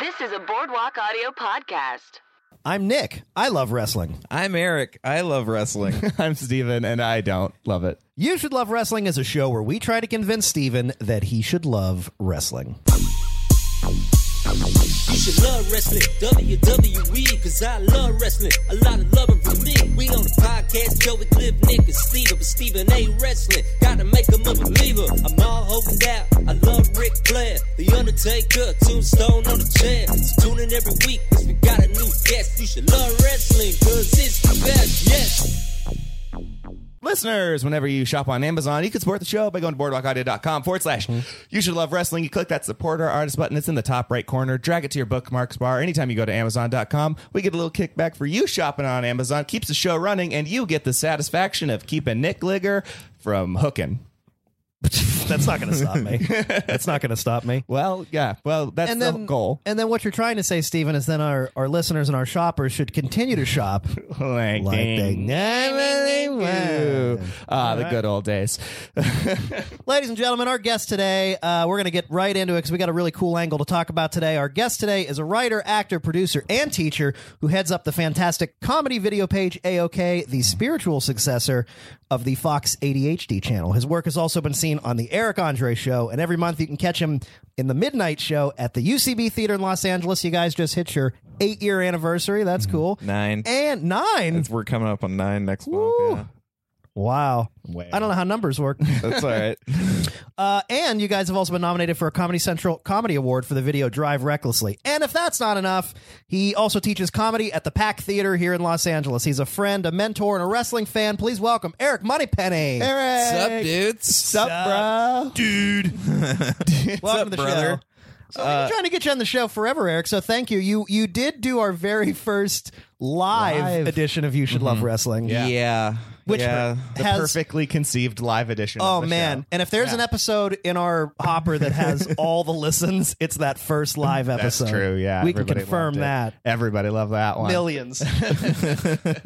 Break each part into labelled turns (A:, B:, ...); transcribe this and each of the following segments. A: This is a Boardwalk Audio podcast.
B: I'm Nick. I love wrestling.
C: I'm Eric. I love wrestling.
D: I'm Steven, and I don't love it.
B: You Should Love Wrestling is a show where we try to convince Steven that he should love wrestling.
E: You should love wrestling, WWE, cause I love wrestling. A lot of love from me. We on the podcast, Joe with Cliff, Nick, and Steven, but Steven ain't wrestling. Gotta make him a believer. I'm all hoping out. I love Rick Flair, The Undertaker, Tombstone on the chair. So tune in every week, cause we got a new guest. You should love wrestling, cause it's the best, yes.
D: Listeners, whenever you shop on Amazon, you can support the show by going to boardwalkaudio.com forward slash
B: Hmm.
D: you should love wrestling. You click that support our artist button. It's in the top right corner. Drag it to your bookmarks bar. Anytime you go to amazon.com, we get a little kickback for you shopping on Amazon. Keeps the show running, and you get the satisfaction of keeping Nick Ligger from hooking.
B: That's not going to stop me. That's not going to stop me.
D: Well, yeah. Well, that's
B: And
D: the
B: then,
D: goal.
B: and then what you're trying to say, Steven, is then our, our listeners and our shoppers should continue to shop.
D: Like
B: Like they
D: ding. Ah, the good old days.
B: Ladies and gentlemen, our guest today, uh, we're going to get right into it because we got a really cool angle to talk about today. Our guest today is a writer, actor, producer, and teacher who heads up the fantastic comedy video page AOK, the spiritual successor of the Fox ADHD channel. His work has also been seen on The Eric Andre Show, and every month you can catch him in the midnight show at the UCB Theater in Los Angeles. You guys just hit your eight year anniversary. That's cool.
C: Nine.
B: And nine.
C: We're coming up on nine next month.
B: Wow. I don't know how numbers work.
C: Yeah. That's all right.
B: Uh, and you guys have also been nominated for a Comedy Central Comedy Award for the video Drive Recklessly. And if that's not enough, he also teaches comedy at the Pack Theater here in Los Angeles. He's a friend, a mentor, and a wrestling fan. Please welcome Eric Moneypenny.
D: Eric.
C: What's up, dudes?
D: Sup, bro?
C: dude?
B: welcome
C: up,
B: to the
C: brother?
B: show. So we've been trying to get you on the show forever, Eric. So thank you. You you did do our very first live,
D: Live.
B: edition of You Should Love Wrestling.
C: Yeah. yeah.
B: Which
D: The
B: has
D: perfectly conceived live edition.
B: Oh
D: of the
B: man!
D: show.
B: And if there's an episode in our hopper that has all the listens, it's that first live
D: That's
B: episode.
D: true. Yeah,
B: we can
D: everybody
B: confirm
D: loved it.
B: that.
D: Everybody loved that one.
B: Millions. we were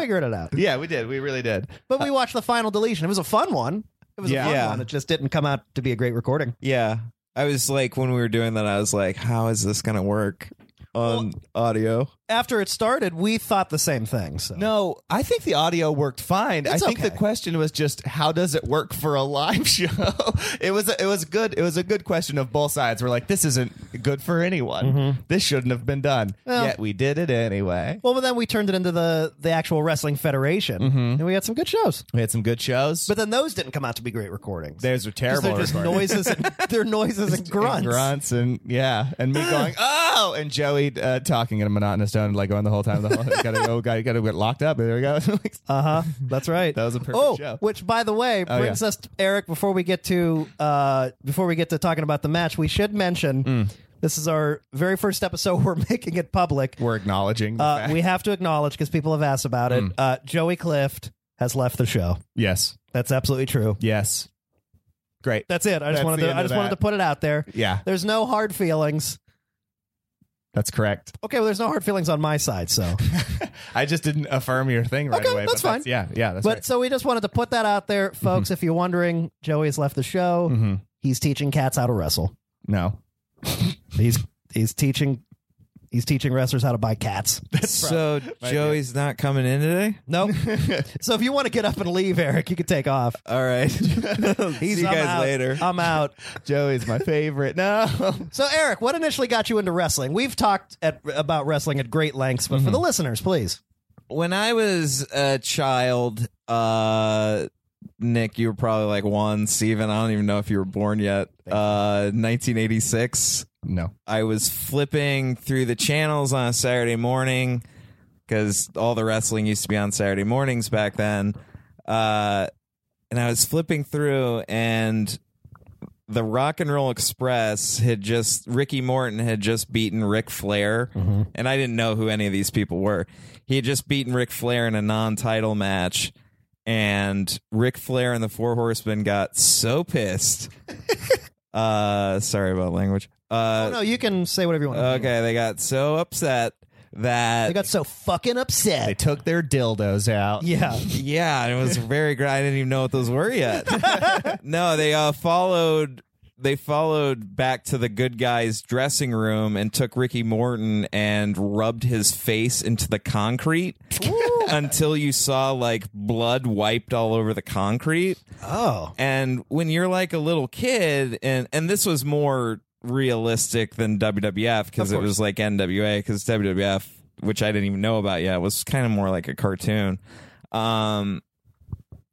B: figuring it out,
D: Uh, Yeah, we did. We really did.
B: but we watched the final deletion. It was a fun one. It was
D: Yeah.
B: a fun
C: Yeah.
B: one. It just didn't come out to be a great recording.
C: Yeah. I was like, when we were doing that, I was like, how is this going to work on audio?
B: After it started, we thought the same thing. So
D: No, I think the audio worked fine.
B: It's
D: I think
B: okay.
D: the question was just how does it work for a live show? it was a, it was good. It was a good question of both sides. We're like, this isn't good for anyone. This shouldn't have been done.
B: Mm-hmm. Well-
D: Yet we did it anyway.
B: Well, but then we turned it into the the actual wrestling federation,
D: Mm-hmm.
B: and we had some good shows.
D: We had some good shows,
B: But then those didn't come out to be great recordings.
D: theirs are terrible.
B: they're just
D: recordings.
B: noises. And, they're noises and grunts.
D: And grunts and yeah, and me going oh, and Joey uh, talking in a monotonous tone, like going the whole time. The whole, gotta go, gotta, gotta get locked up. There we go. Like,
B: Uh huh. That's right.
D: That was a perfect
B: oh,
D: show.
B: Which, by the way,
D: Oh,
B: brings
D: yeah.
B: us Eric. Before we get to uh, before we get to talking about the match, we should mention
D: Mm.
B: this is our very first episode. We're making it public.
D: We're Mm. acknowledging. The
B: Uh,
D: fact.
B: we have to acknowledge because people have asked about it. Uh, Joey Clift has left the show.
D: yes,
B: That's absolutely true.
D: yes, great.
B: That's it. I just
D: That's
B: wanted
D: the
B: to,
D: end
B: I
D: of
B: just wanted to
D: that.
B: put it out there.
D: Yeah,
B: There's no hard feelings.
D: that's correct.
B: Okay, well, there's no hard feelings on my side. So,
D: I just didn't affirm your thing right
B: Okay,
D: away.
B: that's
D: but
B: fine.
D: yeah, yeah, that's
B: but
D: right. Mm-hmm.
B: so we just wanted to put that out there, folks. If you're wondering, Joey has left the show.
D: Mhm.
B: He's teaching cats how to wrestle.
D: No,
B: He's he's teaching he's teaching wrestlers how to buy cats.
C: so Joey's not coming in today?
B: Nope. so if you want to get up and leave, Eric, you can take off.
C: All right. See you
B: I'm
C: guys
B: out.
C: later.
B: I'm out.
D: Joey's my favorite. No,
B: So Eric, what initially got you into wrestling? We've talked at, about wrestling at great lengths, but for
C: Mm-hmm.
B: the listeners, please.
C: when I was a child, uh, Nick, you were probably like one. Steven, I don't even know if you were born yet. Uh, 1986.
D: no.
C: I was flipping through the channels on a Saturday morning because all the wrestling used to be on Saturday mornings back then. Uh, and I was flipping through, and the Rock and Roll Express had just Ricky Morton had just beaten Ric Flair, and I didn't know who any of these people were. He had just beaten Ric Flair in a non-title match, and Ric Flair and the Four Horsemen got so pissed. uh, sorry about language. Uh,
B: No, you can say whatever you want.
C: Okay, they got so upset that
B: They got so fucking
D: They
B: upset.
D: took their dildos out.
B: yeah.
C: yeah, it was very great. I didn't even know what those were yet. no, they uh, followed they followed back to the good guy's dressing room and took Ricky Morton and rubbed his face into the concrete until you saw like blood wiped all over the concrete.
B: Oh.
C: And when you're like a little kid, and and this was more realistic than WWF because it was like NWA because WWF, which I didn't even know about yet, was kind of more like a cartoon. Um,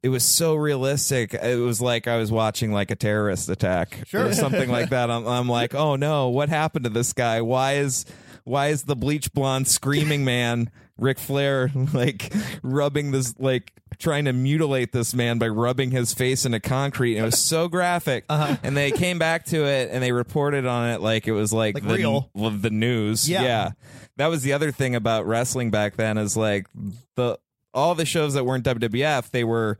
C: it was so realistic. It was like I was watching like a terrorist attack or something like that. I'm, I'm like, oh no, what happened to this guy? Why is why is the bleach blonde screaming man Ric Flair like rubbing this like trying to mutilate this man by rubbing his face into concrete? And it was so graphic. And they came back to it and they reported on it like it was like,
B: Like
C: the,
B: real.
C: the news.
B: Yeah.
C: yeah, that was the other thing about wrestling back then is like the all the shows that weren't WWF they were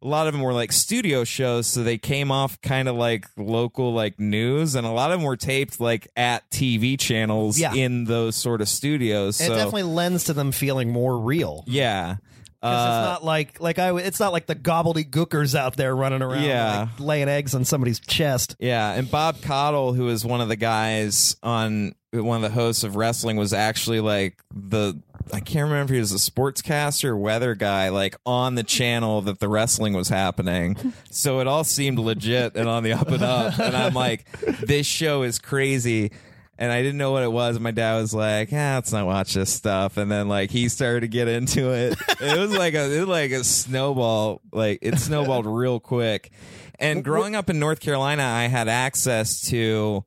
C: a lot of them were like studio shows, so they came off kind of like local like news, and a lot of them were taped like at TV channels
B: Yeah.
C: in those sort of studios.
B: And
C: so
B: it definitely lends to them feeling more real.
C: yeah,
B: 'Cause
C: Uh,
B: it's not like like I w- it's not like the gobbledygookers out there running around
C: Yeah.
B: like, laying eggs on somebody's chest.
C: yeah, and Bob Cottle, who was one of the guys on one of the hosts of wrestling, was actually like the. I can't remember if he was a sportscaster or weather guy, like on the channel that the wrestling was happening. So it all seemed legit and on the up and up. And I'm like, this show is crazy. and I didn't know what it was. My dad was like, "Yeah, let's not watch this stuff." And then like he started to get into it. it was like a it was like a snowball. Like it snowballed real quick. And growing up in North Carolina, I had access to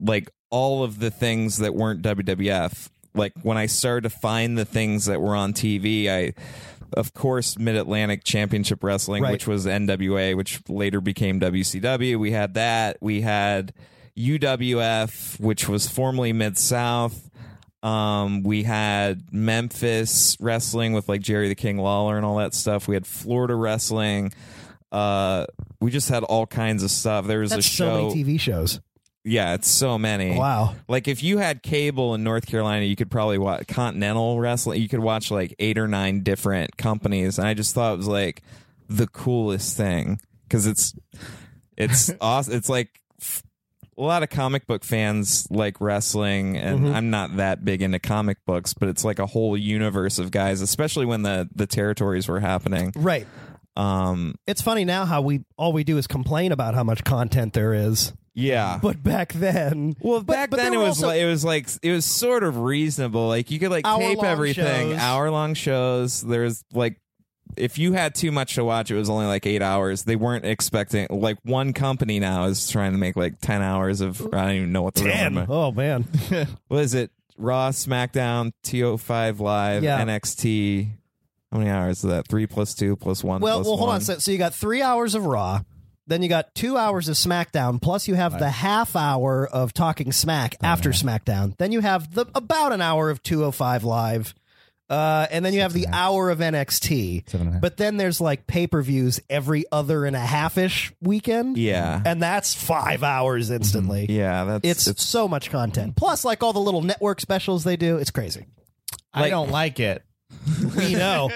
C: like all of the things that weren't WWF. Like when I started to find the things that were on TV, I of course Mid Atlantic Championship Wrestling,
B: Right.
C: which was NWA, which later became WCW. We had that. We had UWF, which was formerly Mid South. Um, we had Memphis wrestling with like Jerry the King Lawler and all that stuff. We had Florida wrestling. Uh, we just had all kinds of stuff. There was
B: That's
C: a show. Eh.
B: so many TV shows.
C: Yeah, it's so many.
B: Wow.
C: Like if you had cable in North Carolina, you could probably watch Continental Wrestling. You could watch like eight or nine different companies, and I just thought it was like the coolest thing because it's it's awesome. It's like f- a lot of comic book fans like wrestling, and I'm not that big into comic books, but it's like a whole universe of guys, especially when the the territories were happening.
B: Right.
C: Um,
B: It's funny now how we all we do is complain about how much content there is.
C: yeah,
B: But back then,
C: Well,
B: but-
C: back
B: but
C: then it
B: there were
C: was
B: also-
C: like it was like it was sort of reasonable. Like you could like tape
B: Hour-long
C: everything,
B: shows.
C: hour long shows. There's like if you had too much to watch, it was only like eight hours. They weren't expecting like one company now is trying to make like ten hours of I don't even know what the real
B: Damn.
C: number-
B: Oh man,
C: what is it? Raw, SmackDown, TO5 Live,
B: Yeah.
C: NXT. How many hours is that? Three plus two plus one.
B: Well,
C: plus
B: well, hold
C: one.
B: on. So, so you got three hours of Raw, then you got two hours of SmackDown, plus you have the half hour of Talking Smack
C: Oh,
B: after SmackDown. Then you have the about an hour of 205 Live, uh, and then you have the hour of NXT.
D: Seven and a half.
B: But then there's like pay per views every other and a half ish weekend.
C: yeah,
B: And that's five hours instantly.
C: yeah. That's
B: It's, so much content. Plus, like all the little network specials they do, it's crazy.
D: I don't like it.
B: We know.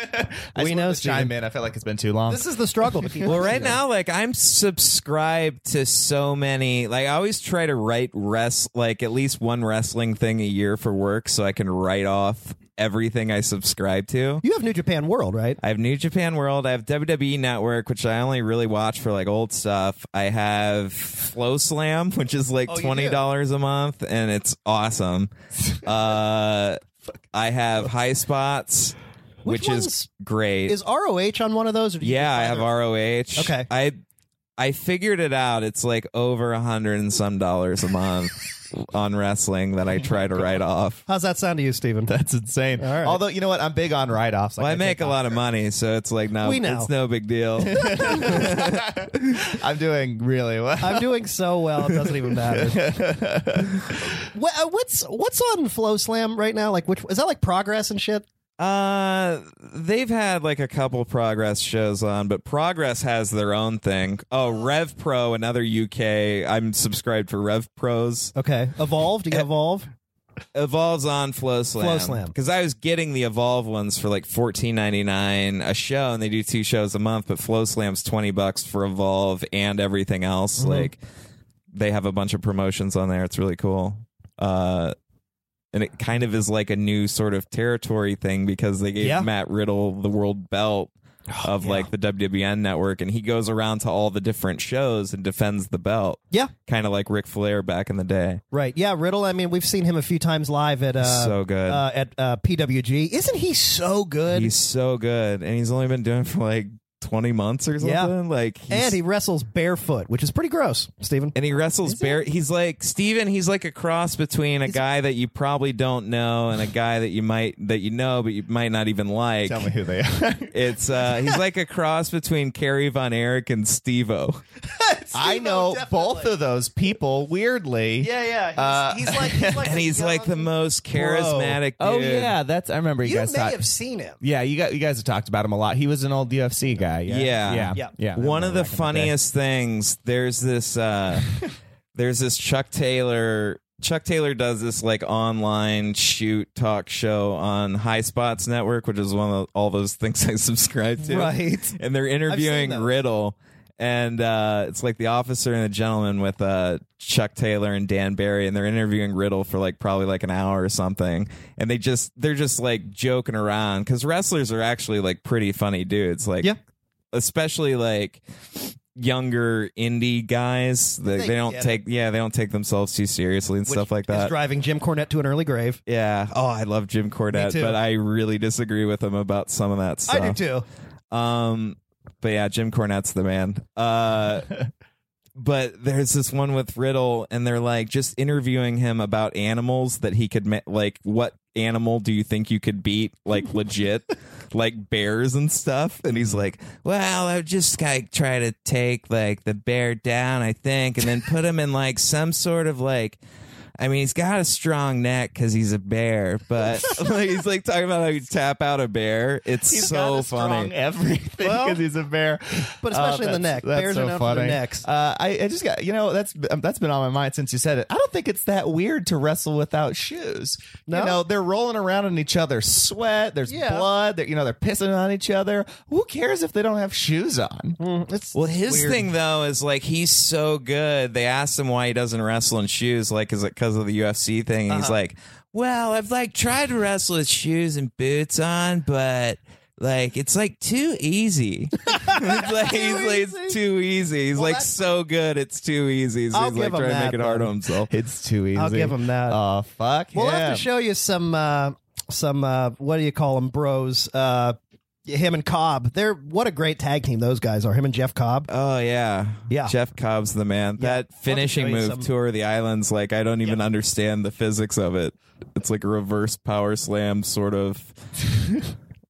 D: I
B: We
D: just
B: know,
D: wanted to chime
B: Steven.
D: in. I feel like it's been too long.
B: this is the struggle to keep.
C: Well, right now, like I'm subscribed to so many. Like I always try to write rest, like at least one wrestling thing a year for work, so I can write off everything I subscribe to.
B: You have New Japan World, right?
C: I have New Japan World. I have WWE Network, which I only really watch for like old stuff. I have Flow Slam, which is
B: Oh,
C: like twenty dollars a month, and it's awesome. Uh, I have High Spots,
B: Which
C: which, is
B: one's-
C: great.
B: Is ROH on one of those? Or do you
C: Yeah,
B: just
C: I have
B: either-
C: ROH.
B: Okay.
C: I I figured it out. It's like over a hundred and some dollars a month on wrestling
B: Oh
C: that I try to write off.
B: How's that sound to you, Steven?
D: That's insane.
B: right.
D: Although you know what, I'm big on write-offs. Like,
C: Well, I make a lot of money, so it's like no,
B: We know.
C: it's no big deal.
D: take- I'm doing really well.
B: I'm doing so well; it doesn't even matter. What- uh, what's what's on Flow Slam right now? Like, which is that like progress and shit?
C: uh, they've had like a couple progress shows on, but progress has their own thing. Oh, Rev Pro, another UK. I'm subscribed for Rev Pros.
B: Okay, evolve. Do
C: Eh.
B: you evolve?
C: Evolves on Flow Slam.
B: Flow Slam.
C: Because I was getting the Evolve ones for like fourteen ninety nine a show, and they
B: Mm-hmm.
C: do two shows a month. But Flow Slam's twenty bucks for Evolve and everything else. Like, they have a bunch of promotions on there. It's really cool. Uh, and it kind of is like a new sort of territory thing because they gave
B: Yeah. Oh,
C: Matt Riddle the world belt of like the WWN network, and he goes around to all the different shows and defends the belt,
B: Yeah,
C: kind of like Ric Flair back in the day.
B: right. Yeah, Riddle. I mean, we've seen him a few times live at uh,
C: So good.
B: uh, at uh, PWG. Isn't he so good?
C: He's so good, and he's only been doing it for like twenty months or something.
B: Yeah.
C: Like, he's-
B: and he wrestles barefoot, which is pretty gross, Steven.
C: and he wrestles bare. He's like Steven, He's like a cross between a guy that you probably don't know and a guy that you might that you know, but you might not even like.
D: Tell me who they are.
C: It's uh, he's like a cross between Kerry Von Erich and Stevo.
D: I know both of those people. Weirdly,
B: yeah. He's,
D: Uh,
B: he's like, he's like
C: and he's like the most charismatic.
D: Oh
C: dude.
D: yeah, that's I remember you,
B: You
D: guys
B: may
D: talked.
B: have seen him.
D: yeah, you got you guys have talked about him a lot. He was an old UFC guy. Yeah,
C: Yeah.
D: yeah,
B: Yeah.
C: One of the funniest things. There's this. uh There's this Chuck Taylor. Chuck Taylor does this like online shoot talk show on High Spots Network, which is one of all those things I subscribe to.
B: Right.
C: And they're interviewing
B: those.
C: Riddle. And uh, it's like the officer and the gentleman with uh, Chuck Taylor and Dan Barry, and they're interviewing Riddle for like probably like an hour or something. And they just they're just like joking around because wrestlers are actually like pretty funny dudes. Like
B: Yeah.
C: especially like younger indie guys they, they,
B: They
C: don't
B: get it.
C: take yeah they don't take themselves too seriously and
B: which
C: stuff like
B: is
C: that
B: driving Jim Cornette to an early grave.
C: yeah oh i love jim cornette
B: too.
C: but i really disagree with him about some of that stuff
B: I do too.
C: um, but yeah, Jim Cornette's the man. Uh, but there's this one with Riddle, and they're like just interviewing him about animals that he could ma- like. What animal do you think you could beat? Like legit, like bears and stuff. And he's like, "Well, I would just like try to take like the bear down, I think, and then put him in like some sort of like." I mean, he's got a strong neck because he's a bear, but like, he's like talking about how you tap out a bear. It's
D: He's
C: so
D: got a
C: funny.
D: strong everything
B: Well,
D: because he's a bear, Oh,
B: but especially in the
D: that's-
B: neck.
D: that's
B: Bears are
D: so
B: known for their
D: funny.
B: necks.
D: Uh, I, I just got you know that's um, that's been on my mind since you said it. I don't think it's that weird to wrestle without shoes.
B: No?
D: You know they're rolling around in each other's sweat. There's
B: Yeah.
D: blood. They're, you know they're pissing on each other. Who cares if they don't have shoes on?
B: It's
C: Well, his
B: weird.
C: thing though is like he's so good. They asked him why he doesn't wrestle in shoes. Like, is it because of the UFC thing? And He's
B: Uh-huh.
C: like, well, I've like tried to wrestle with shoes and boots on, but like it's like too easy. it's like, he's like, it's too easy. He's like
B: that's-
C: so good, it's too easy. So
B: I'll
C: he's like
B: give him
C: trying to make
B: that,
C: it hard
B: though.
C: on himself.
D: It's too easy.
B: I'll give him that.
D: Oh fuck.
B: We'll
D: yeah.
B: have to show you some uh, some uh, what do you call them, bros? Uh, him and Cobb. They're what a great tag team those guys are. Him and Jeff Cobb.
C: Oh yeah,
B: Yeah.
C: Jeff Cobb's the man. That finishing
B: show you
C: move,
B: some-
C: tour of the islands, like I don't even understand the physics of it. It's like a reverse power slam, sort of.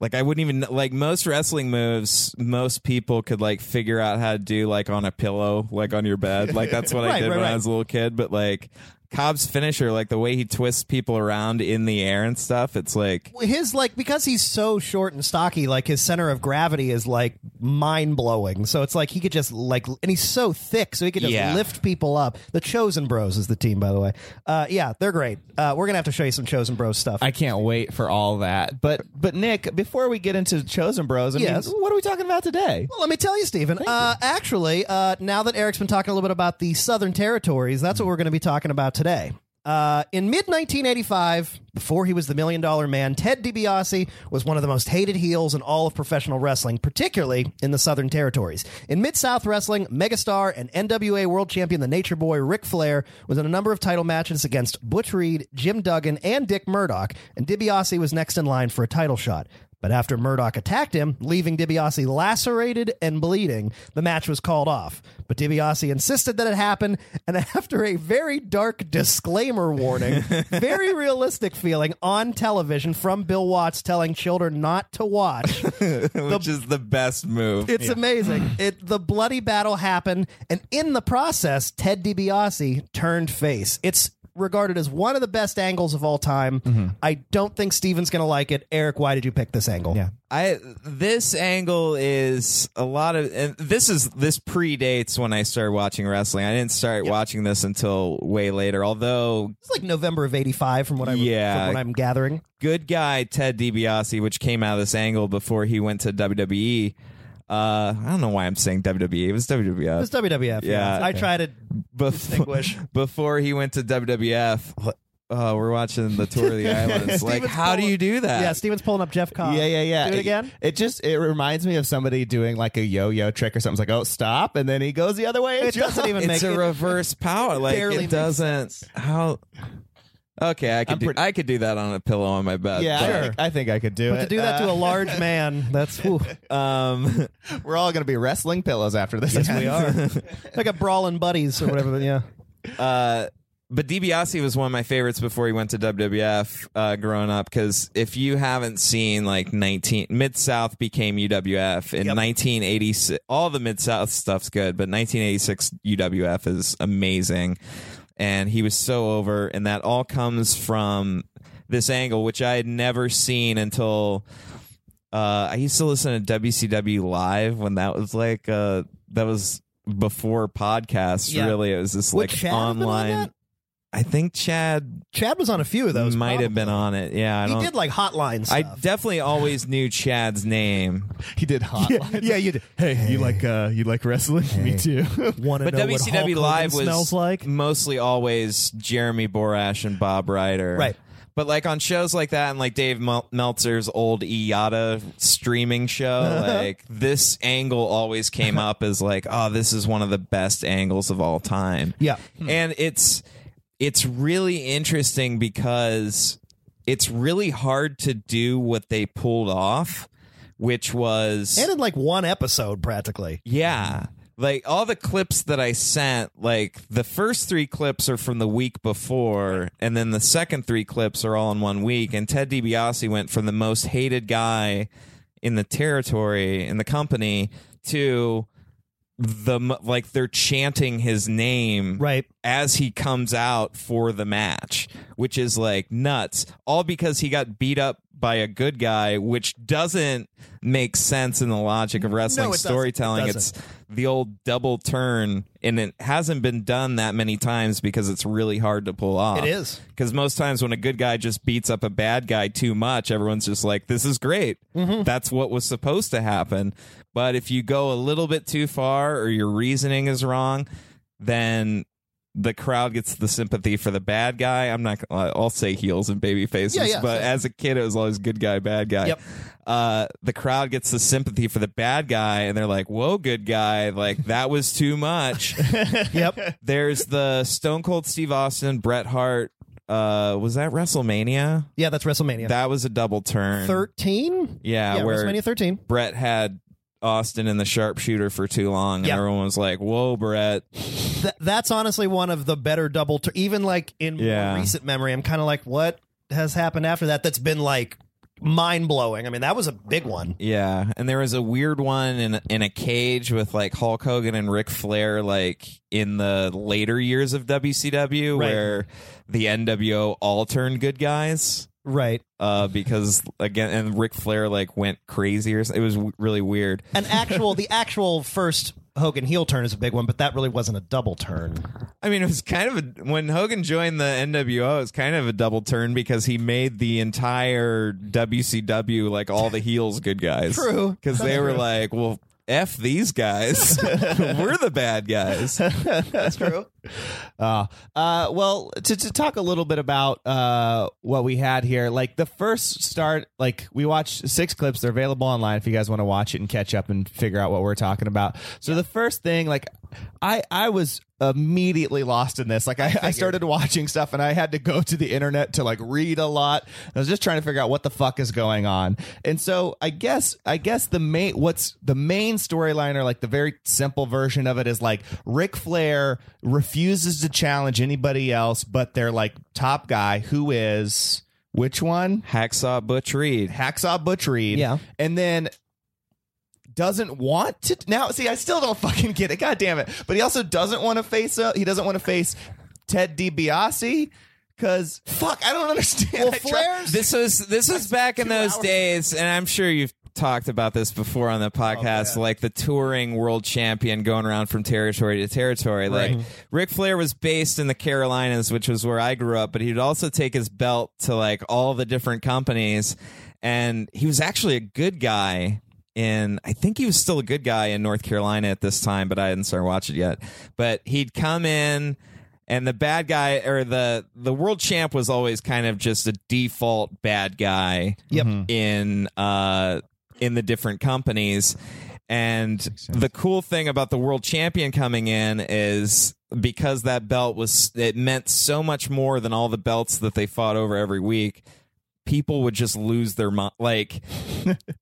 C: like I wouldn't even like most wrestling moves. Most people could like figure out how to do like on a pillow, like on your bed. Like that's what I
B: Right,
C: did
B: right,
C: when
B: right.
C: I was a little kid. But like Cobb's finisher, like the way he twists people around in the air and stuff, it's like
B: His like because he's so short and stocky, like his center of gravity is like mind blowing. So it's like he could just like, and he's so thick, so he could just
C: Yeah.
B: lift people up. The Chosen Bros is the team, by the way. Uh, yeah, they're great. Uh, we're gonna have to show you some Chosen Bros stuff.
D: I can't wait for all that. But but Nick, before we get into Chosen Bros, I
B: Yes.
D: mean, what are we talking about today?
B: Well, let me tell you, Stephen. Uh, actually, uh, now that Eric's been talking a little bit about the Southern Territories, that's what we're going to be talking about today. Uh, in mid 1985, before he was the Million Dollar Man, Ted DiBiase was one of the most hated heels in all of professional wrestling, particularly in the Southern Territories. In Mid South Wrestling, megastar and NWA World Champion The Nature Boy Ric Flair was in a number of title matches against Butch Reed, Jim Duggan, and Dick Murdoch, and DiBiase was next in line for a title shot. But after Murdoch attacked him, leaving DiBiase lacerated and bleeding, the match was called off. But DiBiase insisted that it happened, and after a very dark disclaimer warning, very realistic feeling on television from Bill Watts telling children not to watch,
C: which is the best move.
B: it's amazing. It the bloody battle happened, and in the process, Ted DiBiase turned face. It's regarded as one of the best angles of all time. I don't think Steven's going to like it. Eric, why did you pick this angle? Yeah.
C: I this angle is a lot of and this is this predates when I started watching wrestling. I didn't start watching this until way later. Although
B: It's like November of '85, from what I'm
C: Yeah.
B: from what I'm gathering.
C: good guy Ted DiBiase, which came out of this angle before he went to E, WWE. Uh, I don't know why I'm saying WWE. It was WWF.
B: It's WWF.
C: Yeah. Uh,
B: I try to Distinguish.
C: before, before he went to WWF. Oh, we're watching the tour of the islands. like,
B: Steven's
C: how do
B: pulling-
C: you do that?
B: Yeah, Steven's pulling up Jeff Cobb.
D: Yeah, yeah, yeah.
B: Do it again.
D: Uh, It, just it reminds me of somebody doing like a yo-yo trick or something. It's like, oh, stop, and then he goes the other way. and
B: It doesn't
D: jumps.
B: even
C: it's
B: make
C: a
B: it-
C: reverse power. Like
B: barely
C: it
B: makes
C: doesn't. How? Okay, I could
D: I'm
C: do.
D: pretty-
C: I could do that on a pillow on my bed.
D: Yeah, I,
B: Sure.
D: think, I think I could do
B: But
D: it.
B: to do that to a
D: Uh,
B: large man, that's whew.
C: but, um,
D: we're all going to be wrestling pillows after this. Yes, we are.
B: like a brawling buddies or whatever. but Yeah,
C: uh, but DiBiase was one of my favorites before he went to WWF uh, growing up. Because if you haven't seen like 19 Mid South became UWF in 1986, all the Mid South stuff's good, but 1986 UWF is amazing, and he was so over, and that all comes from this angle, which I had never seen until. Uh, I used to listen to WCW live when that was like uh, that was before podcasts.
B: Yeah.
C: Really, it was this
B: Would
C: like
B: Chad have been on
C: online.
B: that?
C: I think Chad
B: Chad was on a few of those.
C: might have been on it. Yeah, I
B: probably.
C: don't.
B: He did like hotline
C: I
B: stuff.
C: definitely always knew Chad's name,
D: he did hot.
B: yeah, you did.
D: Hey, you like uh, you like wrestling? Me too.
B: Want to
C: but
B: know what Hulk
C: WCW
B: Hogan
C: Live was
B: smells like?
C: mostly always Jeremy Borash and Bob Ryder,
B: Right.
C: But like on shows like that, and like Dave Mel- Meltzer's old IATA streaming show, like this angle always came up as like, oh, this is one of the best angles of all time.
B: Yeah. Hmm.
C: and it's it's really interesting because it's really hard to do what they pulled off, which was
B: And in like one episode, practically.
C: yeah. Like all the clips that I sent, like the first three clips are from the week before, and then the second three clips are all in one week. And Ted DiBiase went from the most hated guy in the territory in the company to the m- like they're chanting his name
B: Right.
C: as he comes out for the match, which is like nuts. All because he got beat up by a good guy, which doesn't make sense in the logic of wrestling
B: it doesn't. It
C: storytelling.
B: doesn't.
C: It's the old double turn, and it hasn't been done that many times because it's really hard to pull off.
B: It is.
C: Because most times when a good guy just beats up a bad guy too much, everyone's just like, this is great.
B: Mm-hmm.
C: That's what was supposed to happen. But if you go a little bit too far or your reasoning is wrong, then the crowd gets the sympathy for the bad guy. I'm not gonna, I'll say heels and baby faces,
B: Yeah, yeah,
C: but
B: same.
C: as a kid, it was always good guy, bad guy.
B: Yep.
C: Uh, the crowd gets the sympathy for the bad guy and they're like, whoa, good guy. Like that was too much.
B: Yep.
C: There's the Stone Cold Steve Austin, Bret Hart. Uh, was that WrestleMania?
B: Yeah, that's WrestleMania.
C: That was a double turn.
B: thirteen.
C: Yeah,
B: yeah,
C: where
B: WrestleMania thirteen.
C: Brett had Austin in the sharpshooter for too long, and
B: Yeah.
C: everyone was like, "Whoa, Brett!"
B: Th- that's honestly one of the better double. Tur- even like in more
C: Yeah.
B: recent memory, I'm kind of like, what has happened after that? That's been like mind blowing. I mean, that was a big one.
C: Yeah, and there was a weird one in in a cage with like Hulk Hogan and Ric Flair, like in the later years of WCW,
B: Right.
C: where the NWO all turned good guys.
B: Right.
C: Uh, because again, and Ric Flair like went crazy or something. It was w- really weird.
B: An actual, the actual first Hogan heel turn is a big one, but that really wasn't a double turn.
C: I mean, it was kind of a, when Hogan joined the NWO. It was kind of a double turn because he made the entire WCW like all the heels good guys.
B: True.
C: because they were like, well, f these guys, we're the bad guys.
B: That's true.
D: Uh, uh, well, to, to talk a little bit about uh, what we had here, like the first start, like we watched six clips. They're available online if you guys want to watch it and catch up and figure out what we're talking about. So the first thing, like I, I was immediately lost in this. Like I, I started watching stuff and I had to go to the internet to like read a lot. I was just trying to figure out what the fuck is going on. And so I guess I guess the main what's the main storyline or like the very simple version of it is like Ric Flair refuses to challenge anybody else but their like top guy who is which one?
C: Hacksaw Butch Reed.
D: Hacksaw Butch Reed.
B: Yeah.
D: And then doesn't want to now see I still don't fucking get it. God damn it. But he also doesn't want to face uh, he doesn't want to face Ted DiBiase cuz fuck, I don't understand.
B: Well,
D: I tried-
B: Flair's-
C: This was this was back in
D: two
C: those
D: hours.
C: days, and I'm sure you've talked about this before on the podcast. like the touring world champion going around from territory to territory. Like Ric Flair was based in the Carolinas, which was where I grew up, but he'd also take his belt to like all the different companies, and he was actually a good guy. in I think he was still a good guy in North Carolina at this time, but I hadn't started watching it yet. But he'd come in and the bad guy or the the world champ was always kind of just a default bad guy
B: Yep.
D: Mm-hmm.
C: in uh in the different companies. And the cool thing about the world champion coming in is because that belt was it meant so much more than all the belts that they fought over every week. People would just lose their mind. Like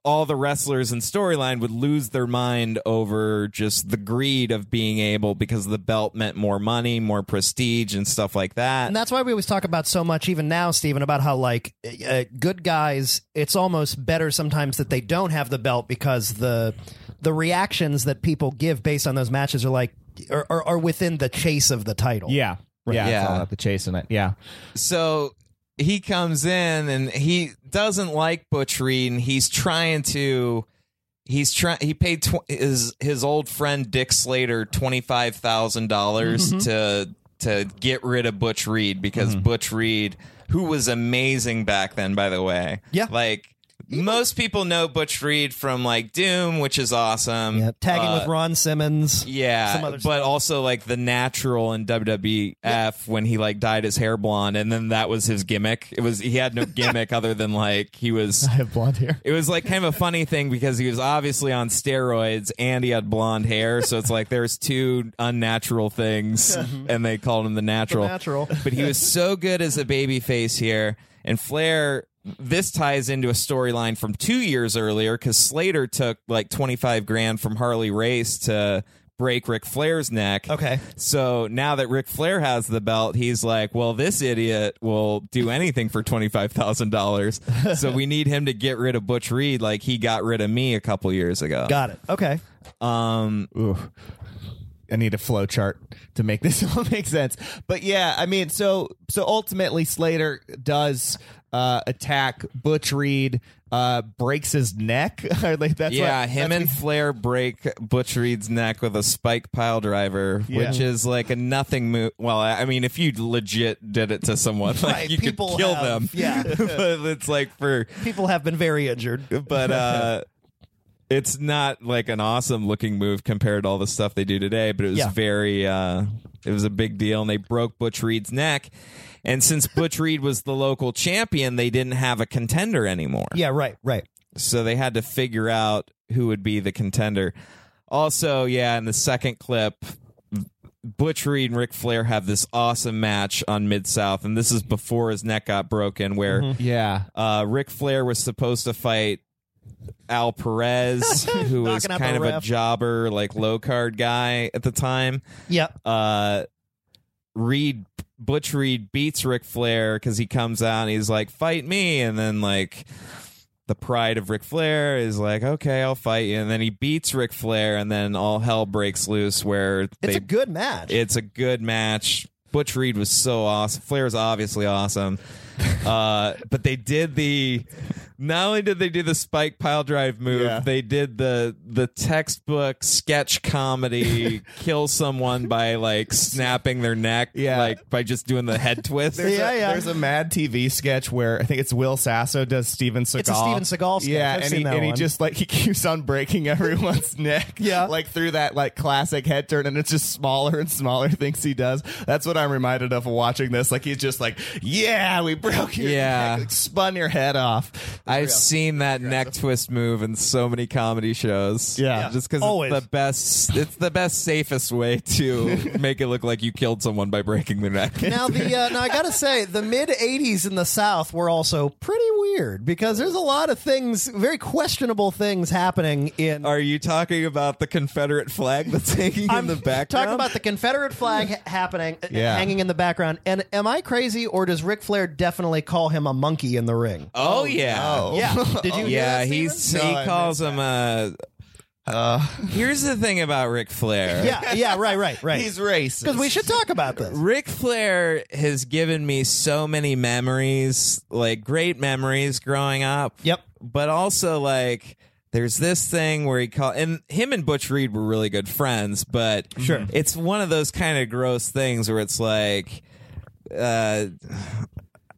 C: all the wrestlers in storyline would lose their mind over just the greed of being able because the belt meant more money, more prestige, and stuff like that.
B: And that's why we always talk about so much, even now, Stephen, about how like uh, good guys. It's almost better sometimes that they don't have the belt because the the reactions that people give based on those matches are like are, are, are within the chase of the title.
D: Yeah. Yeah.
C: Yeah.
D: It's all about the chase in it. Yeah.
C: so he comes in and he doesn't like Butch Reed and he's trying to he's trying he paid tw- his his old friend Dick Slater $25,000 dollars
B: Mm-hmm.
C: to to get rid of Butch Reed because Butch Reed who was amazing back then by the way.
B: Yeah.
C: Like most people know Butch Reed from like Doom, which is awesome.
B: Yeah, tagging
C: Uh,
B: with Ron Simmons.
C: yeah,
B: Some other
C: but also like the natural in WWF when he like dyed his hair blonde, and then that was his gimmick. It was he had no gimmick other than like he was.
B: have blonde hair.
C: It was like kind of a funny thing because he was obviously on steroids and he had blonde hair, so it's like there's two unnatural things,
B: Mm-hmm.
C: and they called him the natural.
B: natural.
C: but he was so good as a baby face here, and Flair. This ties into a storyline from two years earlier because Slater took like twenty five grand from Harley Race to break Ric Flair's neck.
B: Okay.
C: So now that Ric Flair has the belt, he's like, well, this idiot will do anything for $25,000. so we need him to get rid of Butch Reed like he got rid of me a couple years ago.
B: Got it. Okay.
C: Um,
D: Ooh. I need a flow chart to make this all make sense. But yeah, I mean, so so ultimately Slater does uh attack Butch Reed, uh breaks his neck. Or, like, that's
C: yeah,
D: what,
C: him
D: that's
C: and Flair break Butch Reed's neck with a spike pile driver,
D: Yeah.
C: which is like a nothing move. Well, I I mean, if you legit did it to someone, like
B: Right,
C: you could
B: people
C: kill
B: have-
C: them.
B: yeah.
C: but it's like for
B: People have been very injured.
C: but uh it's not like an awesome looking move compared to all the stuff they do today but it was
B: Yeah.
C: very uh it was a big deal and they broke butch reed's neck and since butch reed was the local champion they didn't have a contender anymore
B: Yeah. Right. Right.
C: so they had to figure out who would be the contender also yeah in the second clip Butch Reed and Ric Flair have this awesome match on Mid South, and this is before his neck got broken, where
B: Mm-hmm.
D: yeah.
C: uh, Ric Flair was supposed to fight Al Perez, who was
B: Knocking out
C: kind
B: the
C: of a
B: ref.
C: jobber, like low card guy at the time.
B: Yeah.
C: Uh, Reed Butch Reed beats Ric Flair because he comes out and he's like, "Fight me!" And then like the pride of Ric Flair is like, "Okay, I'll fight you." And then he beats Ric Flair, and then all hell breaks loose. Where
B: It's
C: they
B: a good match.
C: it's a good match. Butch Reed was so awesome. Flair was obviously awesome. Uh, but they did the not only did they do the spike pile drive move,
D: Yeah.
C: they did the the textbook sketch comedy kill someone by like snapping their neck,
D: Yeah.
C: like by just doing the head twist.
D: There's
B: Yeah,
D: a,
B: yeah.
D: There's a Mad TV sketch where I think it's Will Sasso does Steven Seagal.
B: It's a Steven Seagal sketch.
D: Yeah,
B: I've
D: and,
B: seen
D: he,
B: that
D: and he
B: one.
D: just like he keeps on breaking everyone's neck.
B: Yeah.
D: like through that like classic head turn, and it's just smaller and smaller things he does. That's what I'm reminded of watching this. Like he's just like, yeah, we broke your
C: Yeah.
D: neck, like, spun your head off.
C: I've seen that neck twist move in so many comedy shows.
D: Yeah.
C: just because
B: Always.
C: it's the best. It's the best, safest way to make it look like you killed someone by breaking their neck.
B: now the uh, now I gotta say the mid '80s in the South were also pretty weird because there's a lot of things, very questionable things happening in.
C: Are you talking about the Confederate flag that's hanging in the background?
B: Talking about the Confederate flag ha- happening, uh,
D: Yeah.
B: hanging in the background. And am I crazy, or does Ric Flair definitely call him a monkey in the ring?
C: oh yeah,
B: Yeah. Did you?
C: Oh. yeah.
B: Hear that,
C: He's
B: Steven?
D: Oh. No, I
C: he calls him a. here's the thing about Ric Flair.
B: Uh. yeah, yeah, right, right, right.
D: he's racist.
B: Because we should talk about this.
C: Ric Flair has given me so many memories, like great memories growing up.
B: Yep.
C: But also like there's this thing where he called and him and Butch Reed were really good friends, but
B: Sure.
C: it's one of those kind of gross things where it's like uh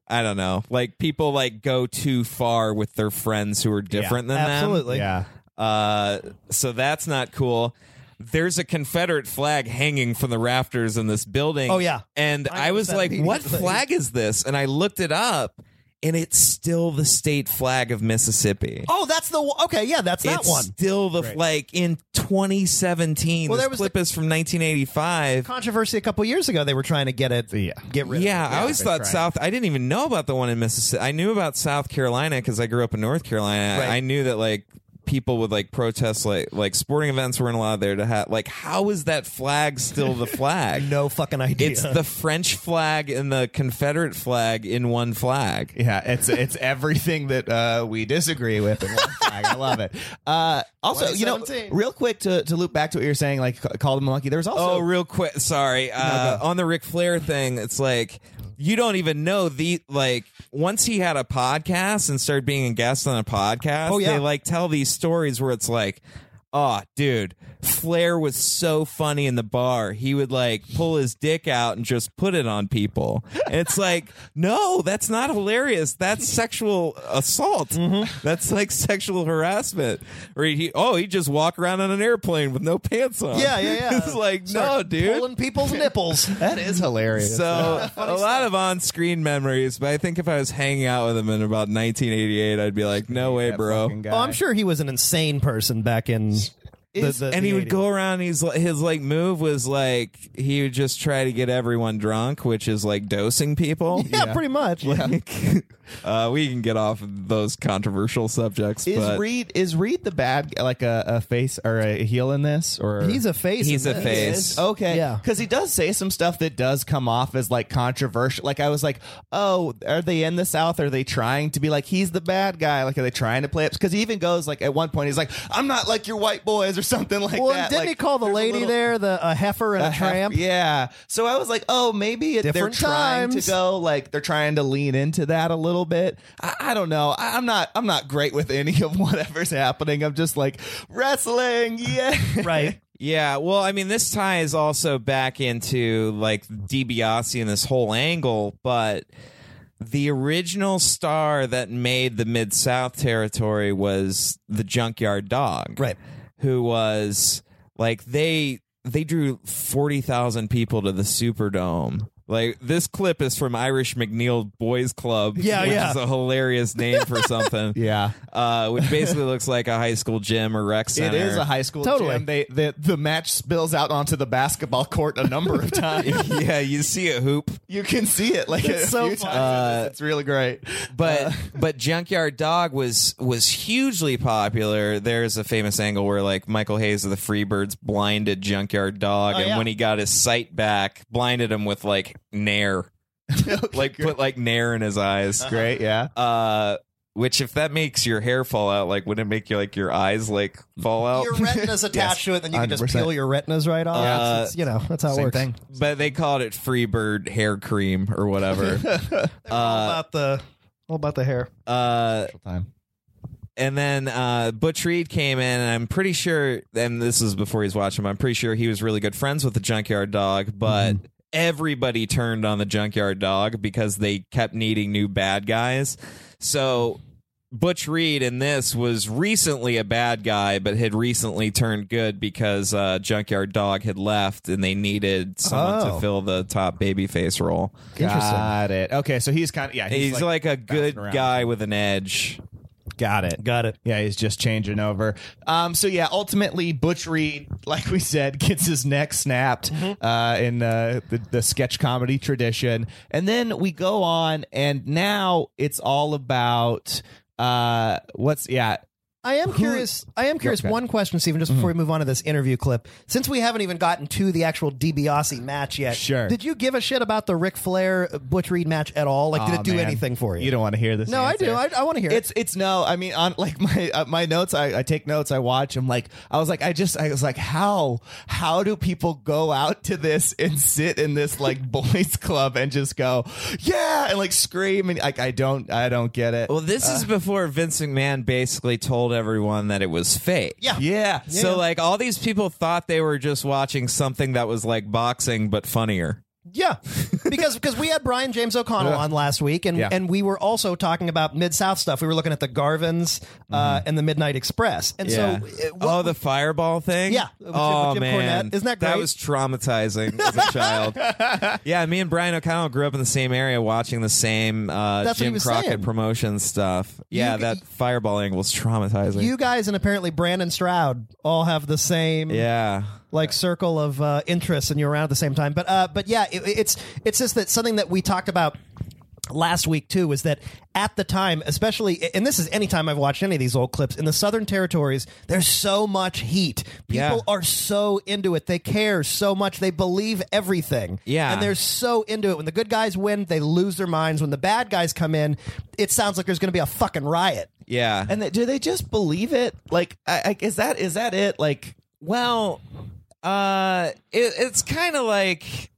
C: I don't know. Like people like go too far with their friends who are different than them.
B: Absolutely.
D: yeah,
C: Uh, so that's not cool. There's a Confederate flag hanging from the rafters in this building.
B: Oh, yeah.
C: and I, was
B: that
C: like,
B: mean?
C: "What flag is this?" And I looked it up, and it's still the state flag of Mississippi.
B: Oh, that's the one. Okay, yeah, that's that
C: it's
B: one.
C: still the like in 2017.
B: Well,
C: Well,
B: there
C: this
B: was
C: clip is from 1985.
B: Controversy a couple years ago. They were trying to get it.
D: Yeah.
B: Get rid.
C: Yeah,
B: Of
C: I always
D: they're
C: thought
D: trying.
C: South. I didn't even know about the one in Mississippi. I knew about South Carolina because I grew up in North Carolina.
B: Right.
C: I knew that like people would like protest like like sporting events weren't allowed there to have like how is that flag still the flag?
B: it. No fucking idea.
C: It's the French flag and the Confederate flag in one flag.
D: Yeah, it's it's everything that uh, we disagree with in one flag. I love it. Uh, also, you know,
B: 2017.
D: real quick to, to loop back to what you were saying, like c- call them a monkey. There was also
C: Oh, real quick. Sorry. Uh, on the Ric Flair thing, it's like you don't even know the like once he had a podcast and started being a guest on a podcast,
B: Oh, yeah.
C: they like tell these stories where it's like, oh, dude, Flair was so funny in the bar. He would like pull his dick out and just put it on people. And it's like, no, that's not hilarious. That's sexual assault.
B: Mm-hmm.
C: That's like sexual harassment. Or he, oh, he just walk around on an airplane with no pants on.
B: Yeah, yeah, yeah.
C: it's like, no,
B: Start
C: dude.
B: Pulling people's nipples.
D: that is hilarious.
C: so a lot of on-screen memories, but I think if I was hanging out with him in about 1988, I'd be like, "No way,
D: That
C: bro!"
D: fucking guy.
B: Oh, I'm sure he was an insane person back in. The, the,
C: And
B: the
C: he would
B: 80s.
C: go around. He's li- his like move was like he would just try to get everyone drunk, which is like dosing people.
B: Yeah, pretty much.
C: uh, we can get off of those controversial subjects.
D: Is
C: but
D: Reed is Reed the bad like a, a face or a heel in this or
B: He's a face.
C: He's
B: in
C: a
B: this.
C: face.
D: Okay.
B: Yeah.
D: Because he does say some stuff that does come off as like controversial. Like I was like, oh, are they in the South? Are they trying to be like he's the bad guy? Like are they trying to play up? Because he even goes like at one point he's like, I'm not like your white boys or something like
B: Well,
D: that.
B: didn't
D: Like,
B: he call the
D: there's a
B: lady
D: little-
B: there the a heifer and a,
D: a half-
B: tramp?
D: yeah. So I was like, oh, maybe it- they're
B: Different
D: trying
B: times.
D: to go like they're trying to lean into that a little bit. I, I don't know. I, I'm not. I'm not great with any of whatever's happening. I'm just like wrestling. Yeah.
B: Right.
C: Yeah, well, I mean, this ties also back into like DiBiase and this whole angle, but the original star that made the Mid South territory was the Junkyard Dog,
B: Right.
C: Who was like they they drew forty thousand people to the Superdome. Like this clip is from Irish McNeil Boys Club,
B: Yeah,
C: which
B: yeah.
C: is a hilarious name for something.
D: Yeah.
C: uh, which basically looks like a high school gym or rec
D: It
C: center.
D: is a high school
B: Totally.
D: gym. They, the the match spills out onto the basketball court a number of times.
C: yeah, you see a hoop. Uh,
D: you can see it like a
B: It's so
D: few times.
B: funny.
D: It's- it's really great.
C: but
B: Uh.
C: but Junkyard Dog was was hugely popular. There's a famous angle where like Michael Hayes of the Freebirds blinded Junkyard Dog, and
B: Oh, yeah.
C: when he got his sight back, blinded him with like nair, like put like nair in his eyes.
D: great, yeah.
B: Uh-huh.
C: Uh, which if that makes your hair fall out, like wouldn't it make you like your eyes like fall out?
B: Your retina's attached to it, then you can just
D: 100%.
B: peel your retinas right off.
D: Uh,
C: Yeah.
B: It's- it's, you know, that's how it
D: Same
B: works.
D: thing.
C: but they called it Freebird hair cream or whatever.
B: all about the all about the hair.
C: uh,
D: Time.
C: and then uh, Butch Reed came in, and I'm pretty sure, and this is before he's watching, I'm pretty sure he was really good friends with the Junkyard Dog, but everybody turned on the Junkyard Dog because they kept needing new bad guys. So Butch Reed in this was recently a bad guy, but had recently turned good because uh, Junkyard Dog had left, and they needed someone
B: Oh.
C: to fill the top babyface role.
D: Got it. Okay, so he's kind of yeah.
C: He's, like, a good
D: around.
C: guy with an edge.
D: Got it.
B: Got it.
D: Yeah, he's just changing over. Um, so yeah, ultimately Butch Reed, like we said, gets his neck snapped
B: Mm-hmm.
D: uh, in uh, the the sketch comedy tradition, and then we go on, and now it's all about uh, what's yeah.
B: I am curious. I am curious.
D: Okay. Mm-hmm.
B: One question, Stephen, just before we move on to this interview clip, since we haven't even gotten to the actual DiBiase match yet.
D: Sure.
B: Did you give a shit about the Ric Flair uh, Butch Reed match at all? Like, did
D: Aw,
B: it do
D: man.
B: anything for you?
D: You don't want to hear this.
B: No, I
D: answer.
B: do. I, I want to hear
D: it's it's no. I mean, on like my uh, my notes, I, I take notes. I watch. I'm like, I was like, I just, I was like, how how do people go out to this and sit in this like boys club and just go, yeah, and like scream and like I don't, I don't get it.
C: Well, this
B: Uh.
C: is before Vince McMahon basically told everyone that it was fake.
B: Yeah.
D: yeah.
C: So like all these people thought they were just watching something that was like boxing but funnier.
B: it. Yeah. because because we had Brian James O'Connell on last week, and
D: Yeah.
B: and we were also talking about Mid South stuff. We were looking at the Garvins uh,
D: Mm-hmm.
B: and the Midnight Express, and
C: Yeah.
B: so uh,
C: oh, the fireball thing.
B: Yeah, with Jim-
C: oh
B: with Jim
C: man,
B: Cornette. Isn't that
C: That
B: great?
C: was traumatizing as a child. yeah, me and Brian O'Connell grew up in the same area, watching the same uh,
B: That's what he
C: Jim
B: was
C: Crockett
B: saying.
C: promotion stuff. Yeah,
B: g-
C: that fireball angle was
D: Oh.
C: traumatizing.
B: you guys and apparently Brandon Stroud all have the same
C: yeah,
B: like circle of uh, interests, and you're around at the same time. But uh, but yeah, it, it's it's just that something that we talked about last week too was that at the time, especially, and this is any time I've watched any of these old clips in the Southern Territories, there's so much heat. People
C: Yeah.
B: are so into it; they care so much, they believe everything.
C: Yeah.
B: and they're so into it. When the good guys win, they lose their minds. When the bad guys come in, it sounds like there's going to be a fucking riot.
C: yeah.
D: And th- do they just believe it? Like, I, I, is that is that it? Like,
C: Well, uh, it, it's kind of like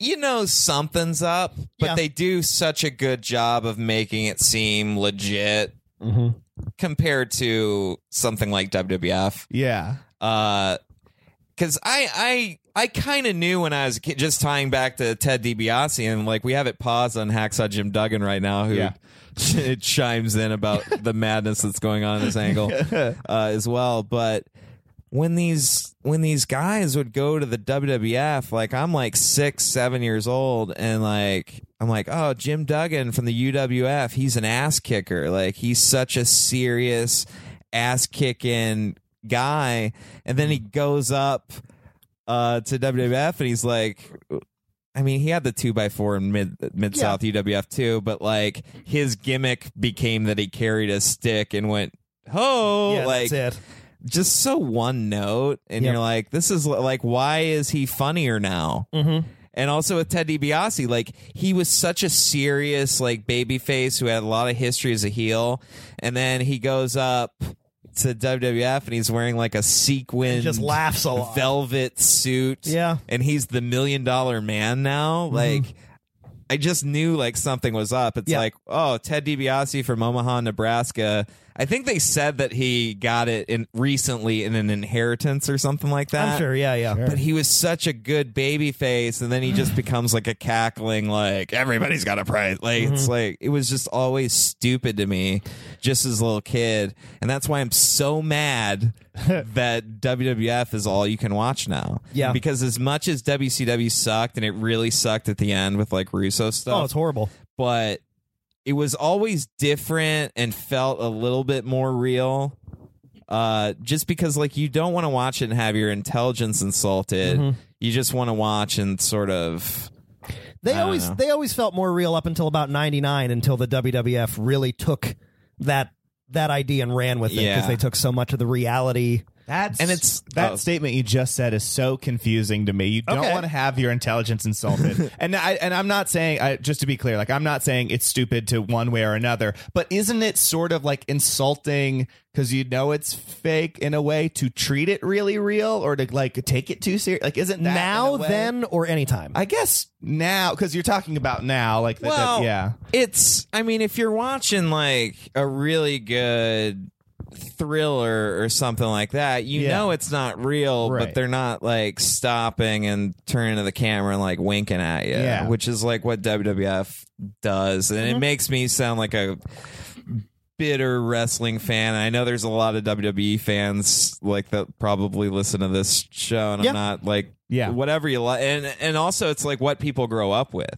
C: you know something's up, but
B: Yeah.
C: they do such a good job of making it seem legit compared to something like WWF.
D: yeah,
C: because Uh, I I I kind of knew when I was a kid, just tying back to Ted DiBiase, and like we have it paused on Hacksaw Jim Duggan right now, who
D: Yeah.
C: it chimes in about the madness that's going on in this angle uh, as well. But when these when these guys would go to the WWF, like I'm like six seven years old, and like. I'm like, oh, Jim Duggan from the UWF. He's an ass kicker. Like, he's such a serious ass kicking guy and then he goes up uh to WWF and he's like I mean he had the two by four in mid mid south UWF too, but like his gimmick became that he carried a stick and went ho
B: Yeah,
C: Oh, like
B: that's it.
C: just so one note and
B: Yep.
C: you're like this is li- like why is he funnier now mm-hmm. and also with ted DiBiase like he was such a serious like baby face who had a lot of history as a heel and then he goes up to WWF and he's wearing like a sequin
B: Just laughs a lot.
C: velvet suit
B: Yeah. Mm-hmm.
C: and he's the million dollar man now like I just knew like something was up. It's
B: Yeah.
C: like, oh, Ted DiBiase from Omaha, Nebraska. I think they said that he got it in recently in an inheritance or something like that.
B: I'm sure. Yeah, yeah.
C: But he was such a good baby face, and then he just becomes like a cackling, like everybody's got a price. Like
B: Mm-hmm.
C: it's like it was just always stupid to me, just as a little kid, and that's why I'm so mad that WWF is all you can watch now.
B: Yeah.
C: because as much as WCW sucked, and it really sucked at the end with like Russo stuff
B: Oh, it's horrible.
C: but it was always different and felt a little bit more real. Uh, just because like you don't want to watch it and have your intelligence insulted, you just want to watch and sort of
B: They
C: don't
B: always
C: know.
B: they always felt more real up until about '99, until the WWF really took that that idea and ran with it because
C: Yeah.
B: they took so much of the reality.
D: that's
C: And it's-
D: that
C: oh.
D: statement you just said is so confusing to me. You don't
B: Okay.
D: want to have your intelligence insulted, and I and I'm not saying I, just to be clear, like I'm not saying it's stupid to one way or another, but isn't it sort of like insulting because you know it's fake in a way to treat it really real or to like take it too serious? Like isn't that in a
B: now,
D: way-
B: then, or anytime.
D: I guess now, because you're talking about now, like the, the-
C: Well,
D: yeah,
C: it's I mean, if you're watching like a really good thriller or something like that, you
D: Yeah.
C: know it's not real,
D: Right.
C: but they're not like stopping and turning to the camera and like winking at you,
D: Yeah.
C: which is like what WWF does, and it makes me sound like a bitter wrestling fan. I know there's a lot of WWE fans like that probably listen to this show, and
B: Yeah.
C: I'm not like
D: Yeah.
C: whatever you like, and and also it's like what people grow up with.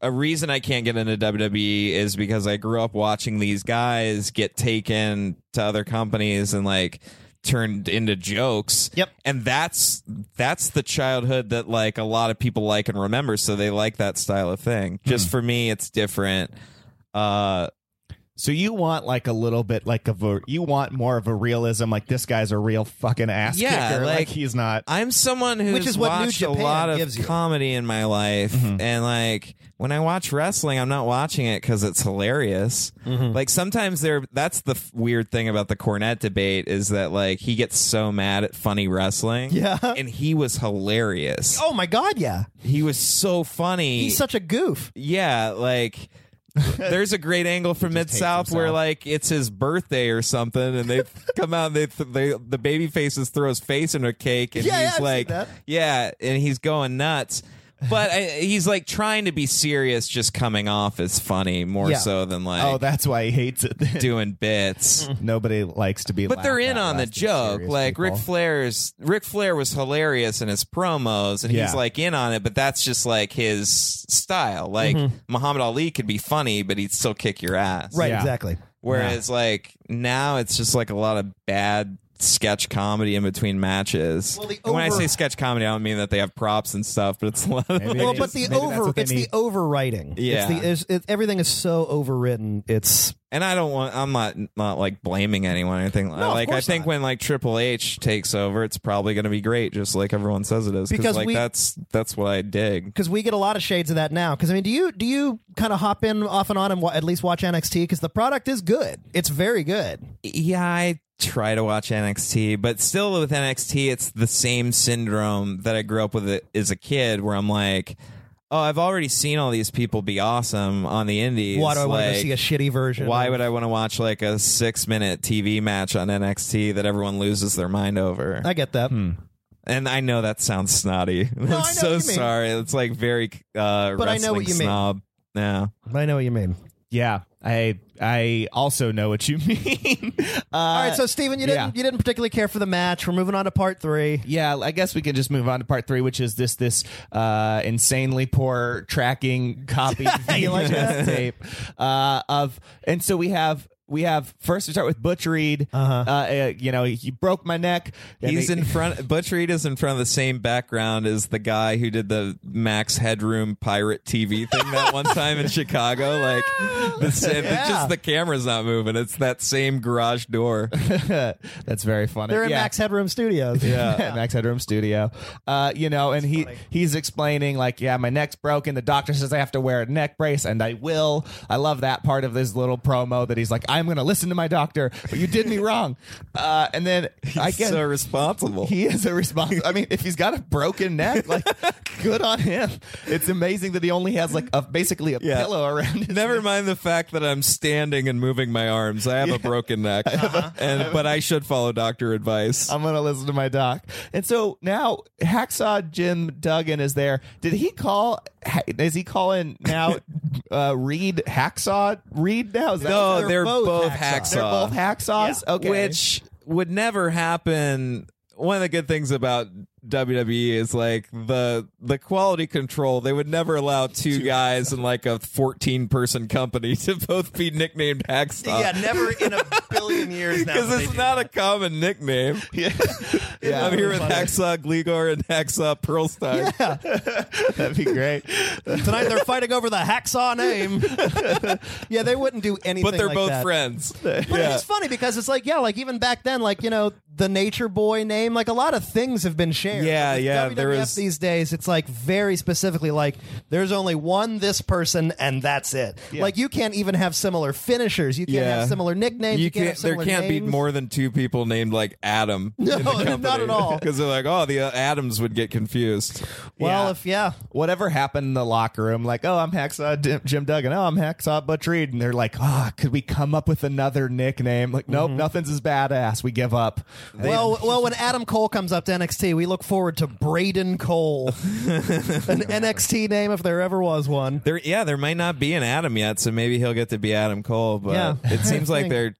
C: A reason I can't get into WWE is because I grew up watching these guys get taken to other companies and like turned into jokes.
B: Yep.
C: And that's that's the childhood that like a lot of people like and remember, so they like that style of thing. Just for me it's different. Uh
D: So you want like a little bit like of a you want more of a realism like this guy's a real fucking ass
C: Yeah,
D: kicker like,
C: like-
D: he's not
C: I'm someone who's
B: Which is what New
C: watched
B: Japan
C: a lot of
B: gives you.
C: comedy in my life, and like when I watch wrestling, I'm not watching it because it's hilarious.
B: Mm-hmm.
C: Like sometimes there, that's the f- weird thing about the Cornette debate is that like he gets so mad at funny wrestling,
B: Yeah.
C: and he was hilarious.
B: oh my God, yeah,
C: He was so funny.
B: he's such a goof.
C: Yeah, like there's a great angle from Mid South where like it's his birthday or something, and they come out and they, th- they the baby faces throw his face in a cake, and
B: Yeah, yeah,
C: he's
B: I've seen
C: like,
B: that.
C: yeah, and he's going nuts. but I, he's like trying to be serious, just coming off as funny more
B: Yeah.
C: so than like
D: Oh, that's why he hates it. then.
C: doing bits.
D: Nobody likes to be.
C: But they're
D: laughed
C: in
D: at
C: on the
D: last of
C: joke.
D: serious
C: Like Ric
D: people.
C: Flair's Ric Flair was hilarious in his promos and
D: Yeah.
C: he's like in on it, but that's just like his style. Like
D: Mm-hmm.
C: Muhammad Ali could be funny, but he'd still kick your ass.
B: Right,
D: Yeah.
B: exactly.
C: Whereas like now it's just like a lot of bad sketch comedy in between matches.
B: Well, the
C: And when I
B: over-
C: say sketch comedy, I don't mean that they have props and stuff, but it's a lot of
D: Maybe
B: Well,
D: it
B: but
D: is.
B: the
D: Maybe that's
B: over
D: what they
B: it's
D: need.
B: the overwriting.
C: Yeah.
B: It's the, it's, it, everything is so overwritten. It's
C: and I don't want. I'm not not like blaming anyone or anything.
B: of
C: like I
B: course
C: think
B: not.
C: when like Triple H takes over, it's probably going to be great, just like everyone says it is.
B: Because
C: like
B: we-
C: that's that's what I dig.
B: because we get a lot of shades of that now. Because I mean, do you do you kind of hop in off and on and wa- at least watch NXT because the product is good. It's very good.
C: Yeah, I try to watch NXT, but still with NXT, it's the same syndrome that I grew up with it- as a kid, where I'm like. Oh, I've already seen all these people be awesome on the indies.
B: Why do I want to
C: Like,
B: see a shitty version?
C: Why
B: of-
C: would I want to watch like a six minute TV match on NXT that everyone loses their mind over?
B: I get that?
D: Hmm.
C: and I know that sounds snotty.
B: know
C: I'm
B: what
C: so
B: you mean.
C: sorry. It's like very uh,
B: But I know what
C: wrestling
B: you mean.
C: snob. Yeah.
B: I know what you mean.
D: Yeah, I I also know what you mean. uh,
B: All right, so Steven, you
D: yeah.
B: didn't you didn't particularly care for the match. We're moving on to part three.
D: yeah, I guess we can just move on to part three, which is this this uh, insanely poor tracking copy
B: You like
D: VHS
B: that?
D: tape uh, of, and so we have. We have first we start with Butch Reed. Uh-huh. you know he broke my neck. And
C: He's
D: they-
C: in front. Butch Reed is in front of the same background as the guy who did the Max Headroom pirate TV thing that one time in Chicago. Like, the, same-
B: Yeah.
C: just the camera's not moving. It's that same garage door.
D: That's very funny.
B: They're in
D: Yeah.
B: Max Headroom Studios.
D: yeah. Max Headroom Studio. Uh, you know, and he he's explaining like, yeah, my neck's broken. The doctor says I have to wear a neck brace, and I will. I love that part of this little promo that he's like, I'm going to listen to my doctor, but you did me wrong. Uh, and then I
C: He's
D: guess
C: so responsible.
D: he is a response. I mean, if he's got a broken neck, like, good on him. It's amazing that he only has like a basically a
C: Yeah.
D: pillow around. His
C: Never mind the fact that I'm standing and moving my arms. I have a broken neck, and but I should follow doctor advice.
D: I'm gonna listen to my doc. And so now Hacksaw Jim Duggan is there. Did he call? ha- Is he calling now? uh, Reed Hacksaw Reed now? Is that
C: no,
D: what
C: they're, both, hacksaw.
D: They're both hacksaws. Okay,
C: which would never happen. One of the good things about WWE is like the the quality control. They would never allow two guys in like a 14 person company to both be nicknamed hacksaw.
B: never in a billion years
C: Because it's not a common nickname.
D: yeah,
C: I'm here with Hacksaw Gligor and Hacksaw Pearlstein.
D: that'd be great.
B: Tonight they're fighting over the hacksaw name. yeah, they wouldn't do anything.
C: But they're
B: like
C: both
B: that.
C: friends.
B: But it's funny because it's like, yeah, like even back then, like you know, the Nature Boy name, like a lot of things have been shared.
C: Yeah,
B: Like, with
C: yeah,
B: WWF
C: there is-
B: these days. It's like very specifically, like there's only one this person, and that's it. Like you can't even have similar finishers. You can't
C: Yeah.
B: have similar nicknames. You,
C: You can't.
B: have
C: There
B: similar
C: can't be
B: names.
C: more than two people named like Adam.
B: No, not at all.
C: Because they're like, oh, the uh, Adams would get confused.
B: Well,
D: Yeah.
B: if yeah,
D: Whatever happened in the locker room, like, oh, I'm Hacksaw Jim, Jim Duggan. Oh, I'm Hacksaw Butch Reed. And they're like, oh, could we come up with another nickname? Like, nope,
C: Mm-hmm.
D: nothing's as badass. We give up.
B: well, well, when Adam Cole comes up to NXT, we look forward to Braden Cole, an NXT name if there ever was one.
C: There, yeah, there might not be an Adam yet, so maybe he'll get to be Adam Cole. But
B: Yeah.
C: it seems
B: Thanks.
C: like they're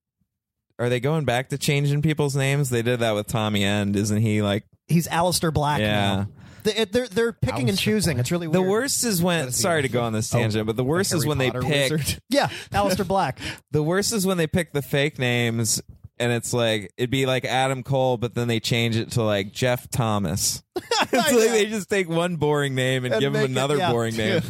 C: are they going back to changing people's names? They did that with Tommy End, isn't he? Like
B: He's Alistair Black.
C: Yeah.
B: now. They, they're they're picking and choosing. It's really weird.
C: the worst is when. Sorry to go on this tangent, but the worst is
D: Oh, Harry
C: when
D: Potter
C: they pick.
D: wizard.
B: Yeah, Alistair Black.
C: The worst is when they pick the fake names, and it's like it'd be like Adam Cole, but then they change it to like Jeff Thomas. it's like they just take one boring name and,
B: And
C: give him
B: make it-
C: another
B: yeah.
C: boring name.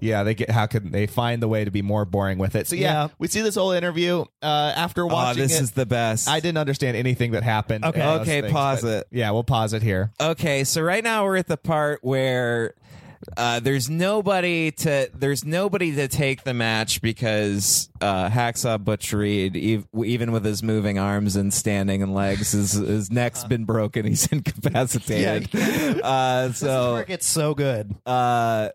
D: yeah, they get how can they find the way to be more boring with it? So yeah,
B: Yeah. Ah,
D: we see this whole interview uh, after
C: oh,
D: watching
C: this
D: it,
C: is the best.
D: I didn't understand anything that happened.
B: Okay.
D: in those
C: Okay,
D: things,
C: pause
D: but-
C: it.
D: Yeah, we'll pause it here.
C: Okay, so right now we're at the part where uh, there's nobody to there's nobody to take the match because uh, Hacksaw Butch Reed, ev- even with his moving arms and standing and legs, his his neck's been broken. He's incapacitated. Uh, so
B: Work it's so good.
C: uh,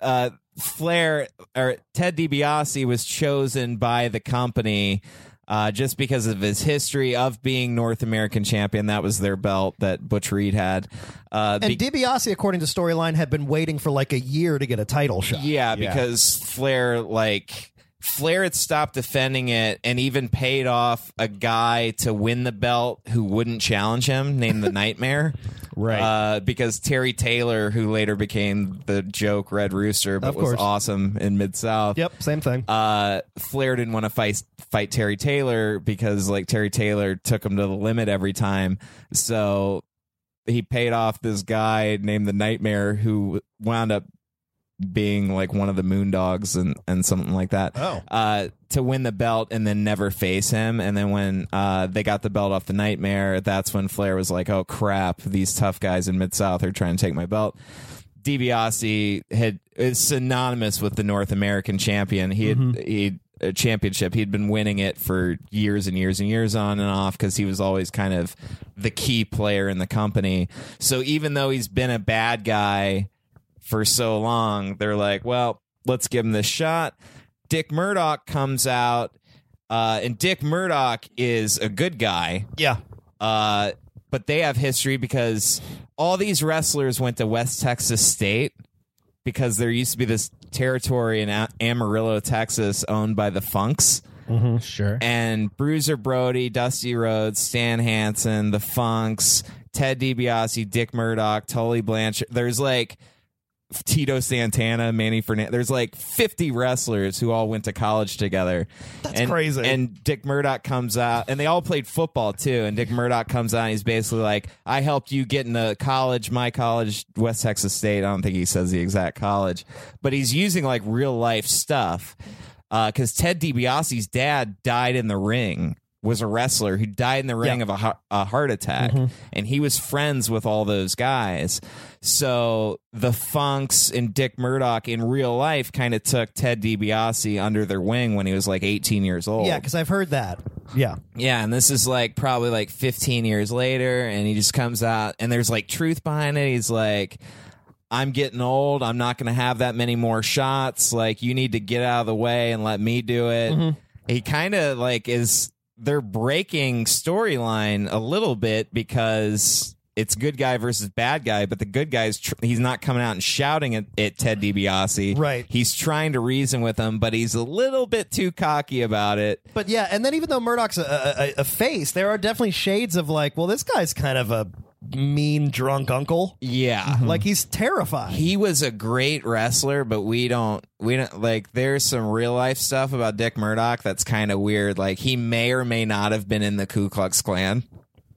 C: uh, Flair or Ted DiBiase was chosen by the company uh, just because of his history of being North American champion. That was their belt that Butch Reed had. Uh,
B: And
C: be-
B: DiBiase, according to storyline, had been waiting for like a year to get a title shot.
D: Yeah.
C: Yeah, because Flair like Flair had stopped defending it and even paid off a guy to win the belt who wouldn't challenge him, named the Nightmare.
D: Right.
C: Uh, because Terry Taylor, who later became the joke Red Rooster, but
B: Of
C: was
B: course.
C: awesome in Mid South.
B: Yep, same thing.
C: Uh, Flair didn't want to fight fight Terry Taylor because like Terry Taylor took him to the limit every time. So he paid off this guy named the Nightmare who wound up being like one of the Moondogs and and something like that.
B: Oh.
C: uh, to win the belt and then never face him. And then when uh, they got the belt off the Nightmare, that's when Flair was like, "Oh crap, these tough guys in Mid South are trying to take my belt." DiBiase had is synonymous with the North American champion. He had he a championship. He'd been winning it for years and years and years on and off because he was always kind of the key player in the company. So even though he's been a bad guy for so long, they're like, well, let's give him this shot. Dick Murdoch comes out, uh, and Dick Murdoch is a good guy.
B: yeah.
C: Uh, but they have history because all these wrestlers went to West Texas State because there used to be this territory in A- Amarillo, Texas, owned by the Funks.
F: Sure.
C: And Bruiser Brody, Dusty Rhodes, Stan Hansen, the Funks, Ted DiBiase, Dick Murdoch, Tully Blanchard. There's like Tito Santana, Manny Fernandez. There's like 50 wrestlers who all went to college together. That's and,
D: crazy.
C: And Dick Murdoch comes out, and they all played football too. And Dick Murdoch comes out, and he's basically like, I helped you get into college, my college, West Texas State. I don't think he says the exact college, but he's using like real life stuff. Because Ted DiBiase's dad died in the ring, was a wrestler who died in the ring of a, hea- a heart attack. And he was friends with all those guys. So the Funks and Dick Murdoch in real life kind of took Ted DiBiase under their wing when he was like 18 years old.
B: Yeah, because I've heard that. Yeah.
C: Yeah, and this is like probably like 15 years later, and he just comes out, and there's like truth behind it. He's like, I'm getting old. I'm not going to have that many more shots. Like, you need to get out of the way and let me do it. He kind of like is, they're breaking storyline a little bit because it's good guy versus bad guy, but the good guy's, tr- he's not coming out and shouting at, at Ted DiBiase.
B: Right.
C: He's trying to reason with him, but he's a little bit too cocky about it.
B: But yeah, and then even though Murdoch's a, a, a- a face, there are definitely shades of like, well, this guy's kind of a mean drunk uncle.
C: Yeah.
B: Like he's terrified.
C: Hmm. he was a great wrestler, but we don't we don't like there's some real life stuff about Dick Murdoch that's kind of weird. Like he may or may not have been in the Ku Klux Klan,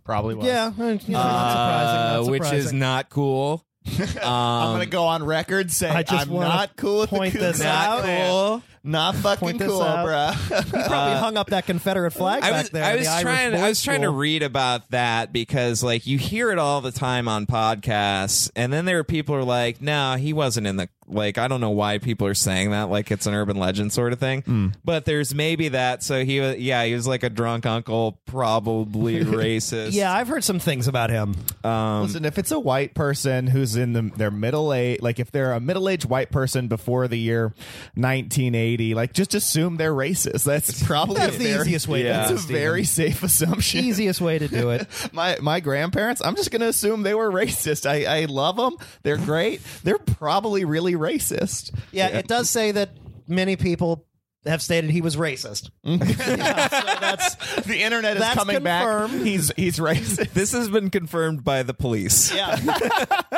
F: Probably was.
B: yeah, uh, you know, not surprising,
C: uh,
B: not
C: which is
B: surprising.
C: not cool.
D: I'm gonna go on record saying
B: I just
D: I'm
B: wanna
D: not cool with
B: point
D: the Ku
B: this
D: Klux
B: out.
D: Klan. Not fucking
B: Point this
D: cool,
B: out.
D: bruh.
B: probably hung up that Confederate flag
C: I
B: back
C: was,
B: there.
C: I
B: in
C: was
B: the Irish
C: trying. I
B: boys'
C: was trying to
B: school.
C: read about that because, like, you hear it all the time on podcasts, and then there are people who are like, "No, he wasn't in the." Like, I don't know why people are saying that. Like, it's an urban legend sort of thing.
B: Hmm.
C: But there's maybe that. So he, was, yeah, he was like a drunk uncle, probably racist.
B: yeah, I've heard some things about him.
D: Listen, if it's a white person who's in the, their middle age, like if they're a middle aged white person before the year 1980, like just assume they're racist. That's probably
B: That's
D: a
B: the
D: very-
B: easiest way to
D: That's
B: do
D: a
B: it, Steven.
D: very safe assumption.
B: Easiest way to do it.
D: My my grandparents, I'm just gonna assume they were racist. I, I love them. They're great. They're probably really racist.
B: Yeah, it does say that many people have stated he was racist. Yeah, so that's
D: The internet is
B: That's
D: coming back.
B: confirmed.
D: He's he's racist.
C: this has been confirmed by the police.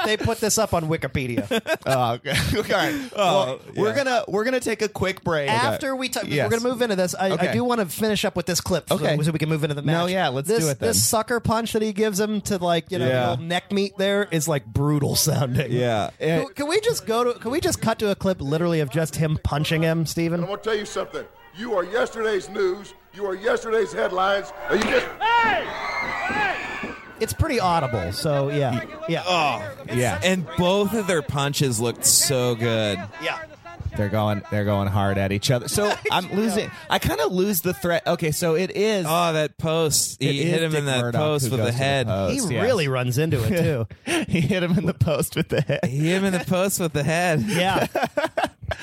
B: they put this up on Wikipedia.
D: Oh, okay. All right. well, we're gonna we're gonna take a quick break.
B: After we talk,
D: Yes.
B: we're gonna move into this. I,
D: Okay.
B: I do want to finish up with this clip, so-
D: Okay.
B: so, we can move into the match.
D: No, yeah, let's
B: this,
D: do it then.
B: This sucker punch that he gives him to like you know
C: Yeah.
B: the old neck meat there is like brutal sounding.
C: Yeah.
B: Can, can we just go to? Can we just cut to a clip literally of just him punching him, Steven?
G: I want to tell you something. You are yesterday's news. You are yesterday's headlines. And you just
B: It's pretty audible, so yeah, yeah.
D: yeah,
C: And both of their punches looked so good.
B: Yeah.
D: they're going they're going hard at each other. So I'm losing. I kind of lose the threat. Okay, so it is.
B: Uh,
C: Oh, that post!
D: it
C: He
D: is
C: hit him
D: Dick
C: in that
D: Murdoch
C: post
D: who
C: with
D: goes
C: the
D: to
C: head.
B: He
D: post, yes.
B: really runs into it too.
D: he hit him in the post with the head.
C: He hit him in the post with the head.
B: Yeah.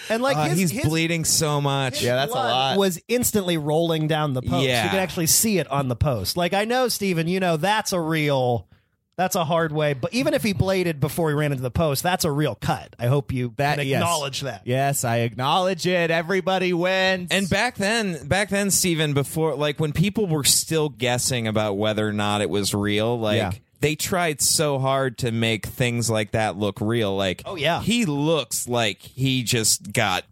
B: And like
C: Uh,
B: his,
C: he's
B: his
C: bleeding so much.
D: Yeah, that's a
B: blood
D: lot.
B: Was instantly rolling down the post.
C: Yeah.
B: You could actually see it on the post. Like I know, Steven, you know that's a real that's a hard way, but even if he bladed before he ran into the post, that's a real cut. I hope you
D: That-
B: can
D: yes.
B: acknowledge that.
D: Yes, I acknowledge it. Everybody wins.
C: And back then, back then, Steven, before like when people were still guessing about whether or not it was real, like
D: Yeah.
C: they tried so hard to make things like that look real. Like,
B: Oh, yeah.
C: he looks like he just got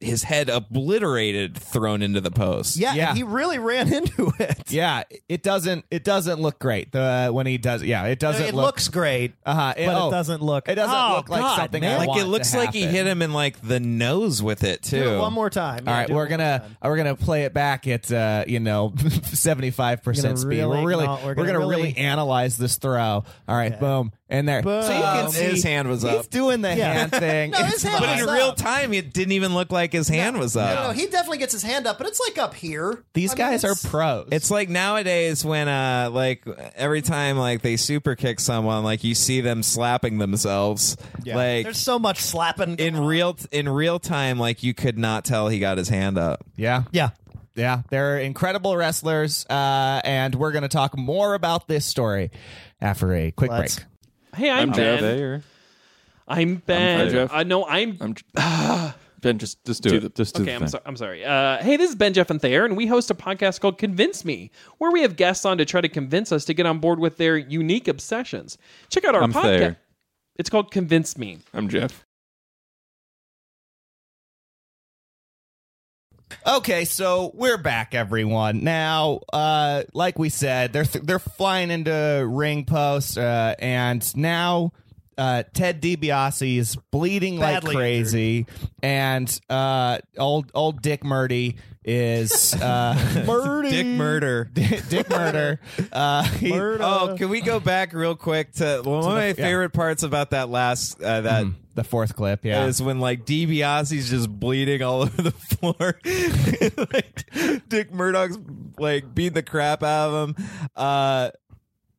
C: his head obliterated, thrown into the post.
B: Yeah, and
D: Yeah.
B: he really ran into it.
D: yeah, it doesn't it doesn't look great. The when he does yeah, it doesn't
B: it
D: look
B: looks great,
D: Uh-huh. It-
B: but
D: oh.
B: it doesn't look.
D: It doesn't
B: Oh,
D: look like
B: God,
D: something
B: man.
D: I
C: like
D: want
C: it looks
D: to
C: like he
D: happen.
C: hit him in like the nose with it too.
B: Do it one more time.
D: All right, we're gonna uh, we're gonna play it back at uh, you know seventy five percent
B: We're
D: speed.
B: gonna
D: we're
B: really
D: really
B: acknowl-
D: we're, gonna really, analyze this throw. All right, boom, and there. So you can
B: Boom.
D: see
C: His hand was
D: he's
C: up.
D: doing the
B: Yeah.
D: hand thing.
B: No, his
D: It's
B: hand
D: fine.
C: But in
B: What's
C: real
B: up?
C: time, it didn't even look like his hand was up.
B: No, he definitely gets his hand up, but it's like up here.
D: These
B: I mean,
D: guys
B: it's-
D: are pros.
C: It's like nowadays when uh like every time like they super kick someone like you see them slapping themselves like
B: There's so much slapping.
C: in real in real time like you could not tell he got his hand up.
D: yeah,
B: yeah.
D: yeah, they're incredible wrestlers, uh, and we're gonna talk more about this story after a quick
B: Let's-
D: break.
H: Hey, I'm, Ben. I'm Ben.
I: Hi, Jeff.
H: I know I'm.
I: I'm Ben. Just just do,
J: Do
I: it.
J: the- just do
H: okay,
J: the
H: I'm,
J: thing.
H: so, I'm sorry. Uh, hey, this is Ben, Jeff, and Thayer, and we host a podcast called Convince Me, where we have guests on to try to convince us to get on board with their unique obsessions. Check out our
J: I'm
H: podcast.
J: Thayer.
H: It's called Convince Me.
J: I'm Jeff.
D: Okay, so we're back, everyone. Now, uh, like we said, they're they're flying into ring posts, uh, and now uh, Ted DiBiase is bleeding
B: Badly
D: like crazy, and uh, old old Dick Murdy is uh,
B: Murder.
C: Dick murder.
D: Dick Murder. Uh, he-
C: Oh, can we go back real quick to one of my favorite parts about that last uh, that is
D: the fourth clip, yeah.
C: when like DiBiase's just bleeding all over the floor. like, Dick Murdoch's like beat the crap out of him. Uh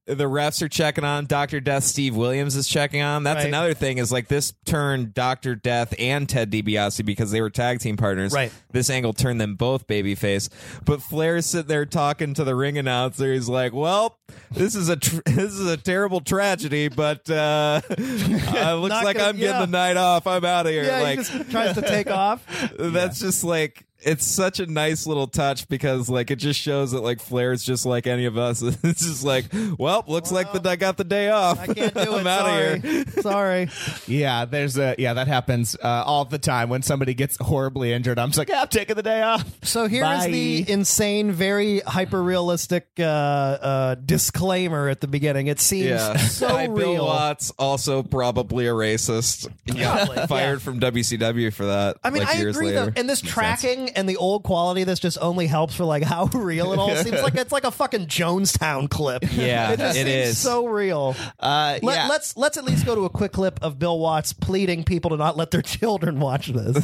C: the refs are checking on Dr. Death. Steve Williams is checking on. That's
B: Right.
C: another thing is like this turned Dr. Death and Ted DiBiase because they were tag team partners.
B: Right.
C: This angle turned them both babyface. But Flair's sitting there talking to the ring announcer. He's like, "Well, this is a tr- this is a terrible tragedy, but uh, uh, it looks
B: Not
C: like
B: gonna-
C: I'm getting
B: yeah.
C: the night off. I'm out of here."
B: Yeah,
C: like
B: he just tries to take off.
C: that's just like it's such a nice little touch because like it just shows that like Flair's just like any of us. It's just like, well, looks like that I got the day off.
B: I can't do it.
C: I'm out
B: sorry.
C: of here.
B: Sorry.
D: yeah, there's a yeah that happens uh, all the time when somebody gets horribly injured. I'm just like, "Ah, I'm taking the day off.
B: So here is
D: Bye.
B: the insane, very hyper realistic uh, uh, disclaimer at the beginning. It seems
C: Yeah,
B: so
C: Hi, Bill
B: real.
C: Watts, also probably a racist. Yeah, fired from WCW for that.
B: I mean,
C: like,
B: I
C: years
B: agree
C: later.
B: though, and this tracking and the old quality of this just only helps for like how real it all seems. Like it's like a fucking Jonestown clip.
C: Yeah,
B: it, just
C: it
B: seems
C: is.
B: so real.
D: Uh,
B: Let,
D: yeah.
B: Let's let's at least go to a quick clip of Bill Watts pleading people to not let their children watch this.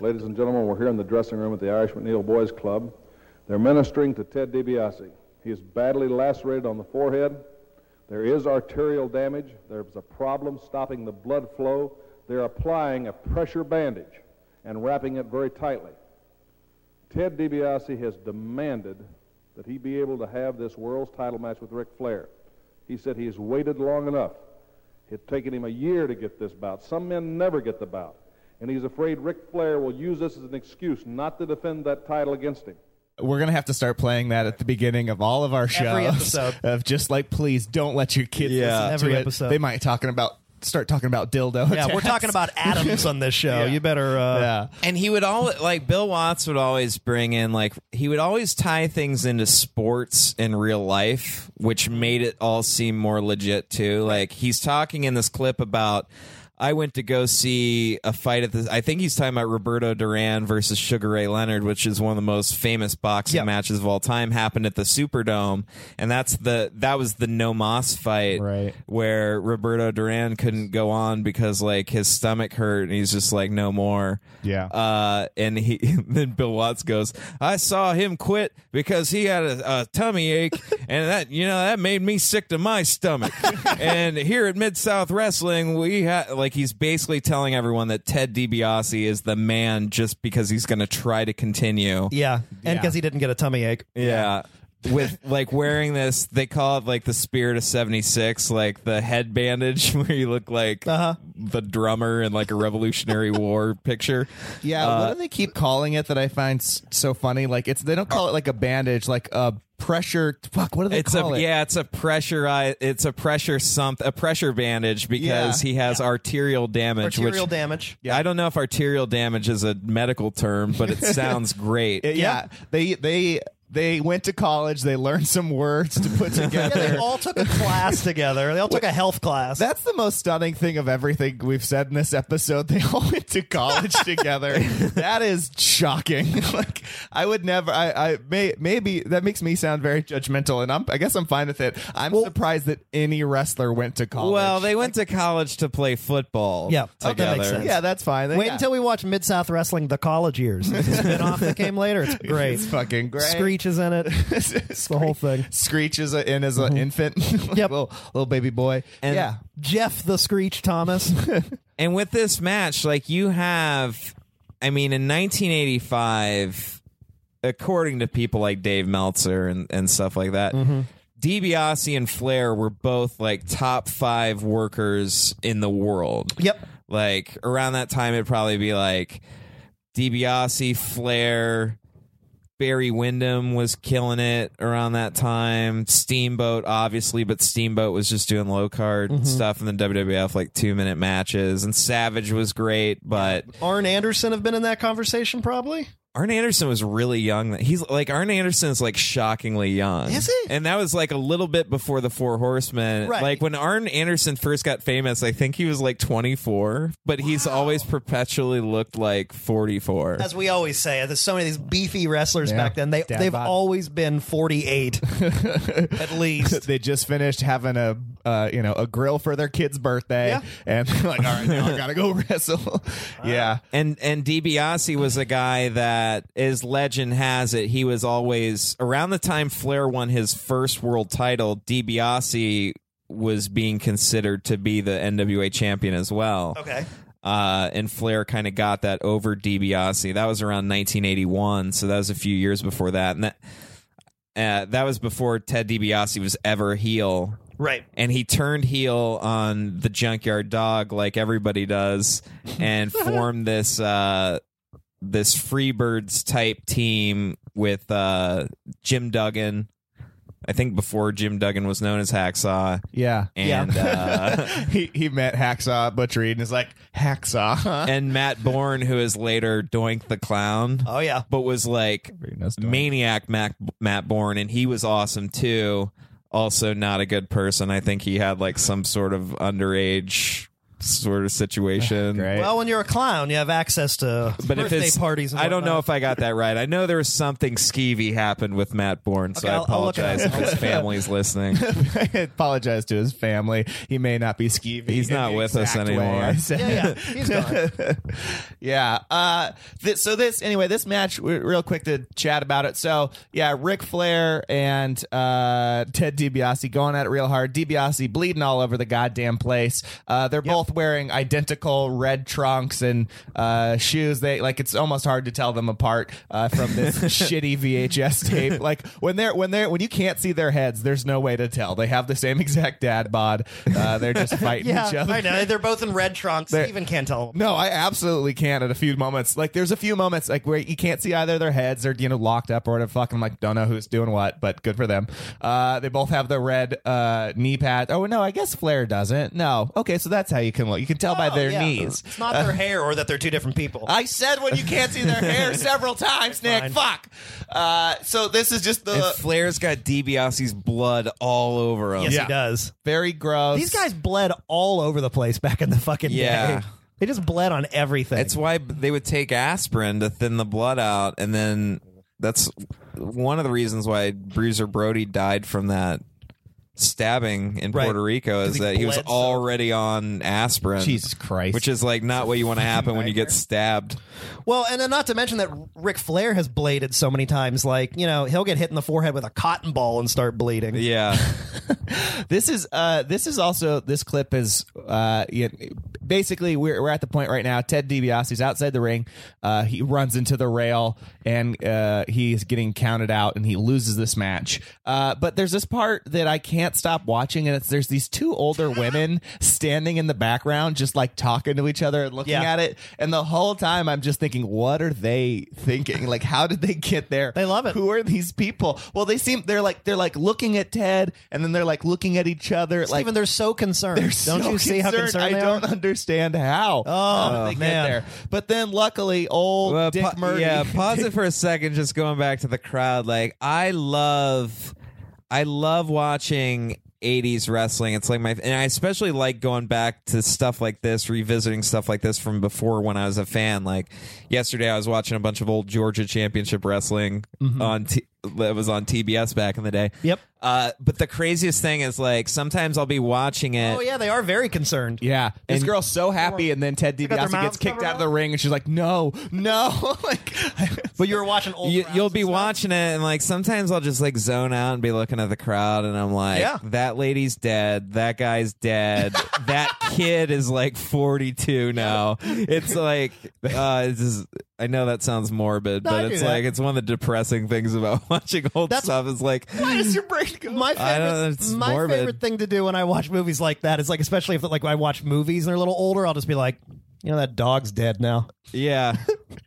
G: Ladies and gentlemen, we're here in the dressing room at the Irish McNeil Boys Club. They're ministering to Ted DiBiase. He is badly lacerated on the forehead. There is arterial damage. There's a problem stopping the blood flow. They're applying a pressure bandage and wrapping it very tightly. Ted DiBiase has demanded that he be able to have this world's title match with Ric Flair. He said he's waited long enough. It had taken him a year to get this bout. Some men never get the bout. And he's afraid Ric Flair will use this as an excuse not to defend that title against him.
D: We're gonna have to start playing that at the beginning of all of our shows.
B: Every episode.
D: of just like, please don't let your kids
C: Yeah.
D: listen
B: Every
D: to it.
B: episode.
D: They might talking about start talking about dildo.
B: yeah, we're talking about atoms on this show.
D: Yeah.
B: You better. Uh,
D: yeah.
C: And he would all like Bill Watts would always bring in like he would always tie things into sports in real life, which made it all seem more legit too. Like he's talking in this clip about I went to go see a fight at the I think he's talking about Roberto Duran versus Sugar Ray Leonard, which is one of the most famous boxing
B: Yep.
C: matches of all time, happened at the Superdome. And that's the that was the No Moss fight
D: Right.
C: where Roberto Duran couldn't go on because like his stomach hurt and he's just like no more.
D: Yeah.
C: Uh, and he then Bill Watts goes, I saw him quit because he had a, a tummy ache, and that you know that made me sick to my stomach. and here at Mid South Wrestling, we had like he's basically telling everyone that Ted DiBiase is the man just because he's going to try to continue.
B: Yeah, and because he didn't get a tummy ache.
C: Yeah. With like wearing this, they call it like the spirit of '76, like the head bandage where you look like the drummer in like a Revolutionary War picture.
D: Yeah,
B: Uh,
D: what do they keep calling it Uh, that I find s- so funny? Like it's they don't call it like a bandage, like a pressure. Fuck, what do they
C: It's
D: call
C: a
D: it?
C: yeah, it's a pressurized, it's a pressure something, a pressure bandage because
D: Yeah.
C: he has arterial damage.
B: Arterial
C: which,
B: damage.
C: I don't know if arterial damage is a medical term, but it sounds great.
D: Yeah, they they they went to college. They learned some words to put
B: Yeah, they
D: together.
B: all took a class together. They all took a health class.
D: That's the most stunning thing of everything we've said in this episode. They all went to college together. That is shocking. like I would never. I, I may maybe that makes me sound very judgmental, and I'm. I guess I'm fine with it. I'm surprised that any wrestler went to college.
C: Well, they went to college to play football.
B: Yeah. Oh, that
C: together.
B: makes sense.
D: yeah, that's fine.
B: Wait
D: yeah.
B: until we watch Mid South Wrestling: The College Years. The spinoff that came later. It's great.
D: It's fucking great.
B: Screech is in it. It's the whole thing. Mm-hmm.
D: Screech is a, in as an infant.
B: Yep.
D: little, little baby boy.
C: And-
D: yeah.
B: Jeff the Screech Thomas.
C: And with this match, like you have, I mean, in 1985, according to people like Dave Meltzer and, and stuff like that, DiBiase and Flair were both like top five workers in the world.
B: yep.
C: Like around that time, it'd probably be like DiBiase, Flair, Barry Windham was killing it around that time. Steamboat, obviously, but Steamboat was just doing low card stuff and then WWF like two minute matches. And Savage was great, but
B: Arn Anderson have been in that conversation probably.
C: Arn Anderson was really young. He's like Arn Anderson is like shockingly young.
B: Is he?
C: And that was like a little bit before the Four Horsemen.
B: Right.
C: Like when Arn Anderson first got famous, I think he was like 24, but he's always perpetually looked like 44.
B: As we always say, there's so many of these beefy wrestlers back then. They
D: Dad
B: they've
D: bod.
B: always been 48 at least.
D: They just finished having a uh, you know a grill for their kid's birthday,
B: Yeah.
D: and they're like, all right, now I gotta go wrestle. yeah,
C: And and DiBiase was a guy that, as legend has it, he was always around the time Flair won his first world title. DiBiase was being considered to be the NWA champion as well.
B: Okay.
C: Uh, and Flair kind of got that over DiBiase. That was around 1981, so that was a few years before that, and that uh, that was before Ted DiBiase was ever a heel
B: Right.
C: and he turned heel on the junkyard dog like everybody does and formed this uh this freebirds type team with uh jim duggan i think before jim duggan was known as hacksaw
D: yeah.
C: and uh
D: he he met Hacksaw Butch Reed and is like Hacksaw. Huh?
C: and matt bourne who is later doink the clown
B: Oh yeah.
C: but was like maniac Mac, Matt Bourne, and he was awesome too. Also, not a good person. I think he had like some sort of underage sort of situation.
D: Great.
B: Well, when you're a clown, you have access to
C: But if
B: birthday
C: it's
B: parties. And
C: I don't know
B: whatnot.
C: if I got that right. I know there was something skeevy happened with Matt Bourne, so
B: Okay,
C: I
B: I'll- I'll look it up.
C: apologize if his family's listening.
D: I apologize to his family. He may not be skeevy.
C: He's
D: in
C: not
D: the
C: with us
D: exact way
C: anymore.
D: I said
B: Yeah, yeah. He's gone.
D: yeah. Uh, th- so this anyway, this match w- real quick to chat about it. So yeah, Ric Flair and uh, Ted DiBiase going at it real hard. DiBiase bleeding all over the goddamn place. Uh, they're both wearing identical red trunks and uh, shoes. They like it's almost hard to tell them apart uh, from this shitty VHS tape. Like when they're when they're when you can't see their heads, there's no way to tell. They have the same exact dad bod. Uh, they're just fighting
B: Yeah,
D: each other.
B: I know. They're both in red trunks.
D: They're-
B: Steven can't tell.
D: No, I absolutely can at a few moments. Like there's a few moments like where you can't see either of their heads. They're you know locked up or whatever. Fuck, I'm like don't know who's doing what, but good for them. Uh, they both have the red uh, knee pad. Oh no, I guess Flair doesn't. No, okay, so that's how you can look. You can tell by their
B: Oh, yeah.
D: knees.
B: It's not their hair or that they're two different people.
D: I said when you can't see their hair several times, Nick.
B: Fine.
D: Fuck. Uh, so this is just
C: and
D: the
C: Flair's got DiBiase's blood all over him.
B: yes,
D: yeah.
B: he does.
D: very gross.
B: These guys bled all over the place back in the fucking
C: Yeah.
B: day. They just bled on everything.
C: It's why b- they would take aspirin to thin the blood out, and then that's one of the reasons why Bruiser Brody died from that stabbing in
B: Right.
C: Puerto Rico is
B: he
C: that he was
B: bled so-
C: already on aspirin.
D: Jesus Christ.
C: Which is like not what you want to happen when you get stabbed.
B: well, and then not to mention that Ric Flair has bladed so many times. Like, you know, he'll get hit in the forehead with a cotton ball and start bleeding.
C: Yeah.
D: This is uh this is also this clip is uh yeah, basically we're we're at the point right now. Ted DiBiase's outside the ring. Uh, he runs into the rail and uh, he's getting counted out and he loses this match. Uh, but there's this part that I can't stop watching and it's there's these two older women standing in the background just like talking to each other and looking
B: Yeah.
D: at it. And the whole time I'm just thinking, what are they thinking? Like, how did they get there?
B: They love it.
D: Who are these people? Well, they seem they're like they're like looking at Ted, and then they're like looking at each other. Like
B: Even they're so concerned.
D: they're
B: don't
D: so
B: you see how concerned
D: I
B: they
D: don't
B: are?
D: understand how.
B: Oh,
D: how did they
B: man.
D: get
B: Uh,
D: there. But then luckily, old
C: Well,
D: Dick
C: pa-
D: Murphy.
C: Yeah, pause it for a second. Just going back to the crowd. Like I love, I love watching. 80s wrestling it's like my and i especially like going back to stuff like this revisiting stuff like this from before when i was a fan like yesterday i was watching a bunch of old georgia championship wrestling
D: Mm-hmm.
C: on t- that was on tbs back in the day
B: Yep.
C: uh but the craziest thing is like sometimes i'll be watching it
B: Oh yeah, they are very concerned.
D: Yeah, this
C: And-
D: girl's so happy, and then Ted
B: got their
D: DiBiase gets
B: mouths
D: kicked
B: covered
D: out of the ring, and she's like, "No, no!" like,
B: But you were watching old.
C: you,
B: crowds
C: you'll
B: and
C: be
B: stuff.
C: watching it and like sometimes i'll just like zone out and be looking at the crowd and i'm like
B: Yeah.
C: that lady's dead that guy's dead that kid is like 42 now it's like uh it's just, i know that sounds morbid
B: No, I
C: but
B: do
C: it's
B: that.
C: like it's one of the depressing things about watching old
B: That's-
C: stuff is like
D: why does your brain go?
B: My
C: I don't know,
B: favorite,
C: it's
B: my
C: morbid.
B: favorite thing to do when I watch movies like that is like, especially if like I watch movies and they're a little older, I'll just be like, you know, that dog's dead now.
C: yeah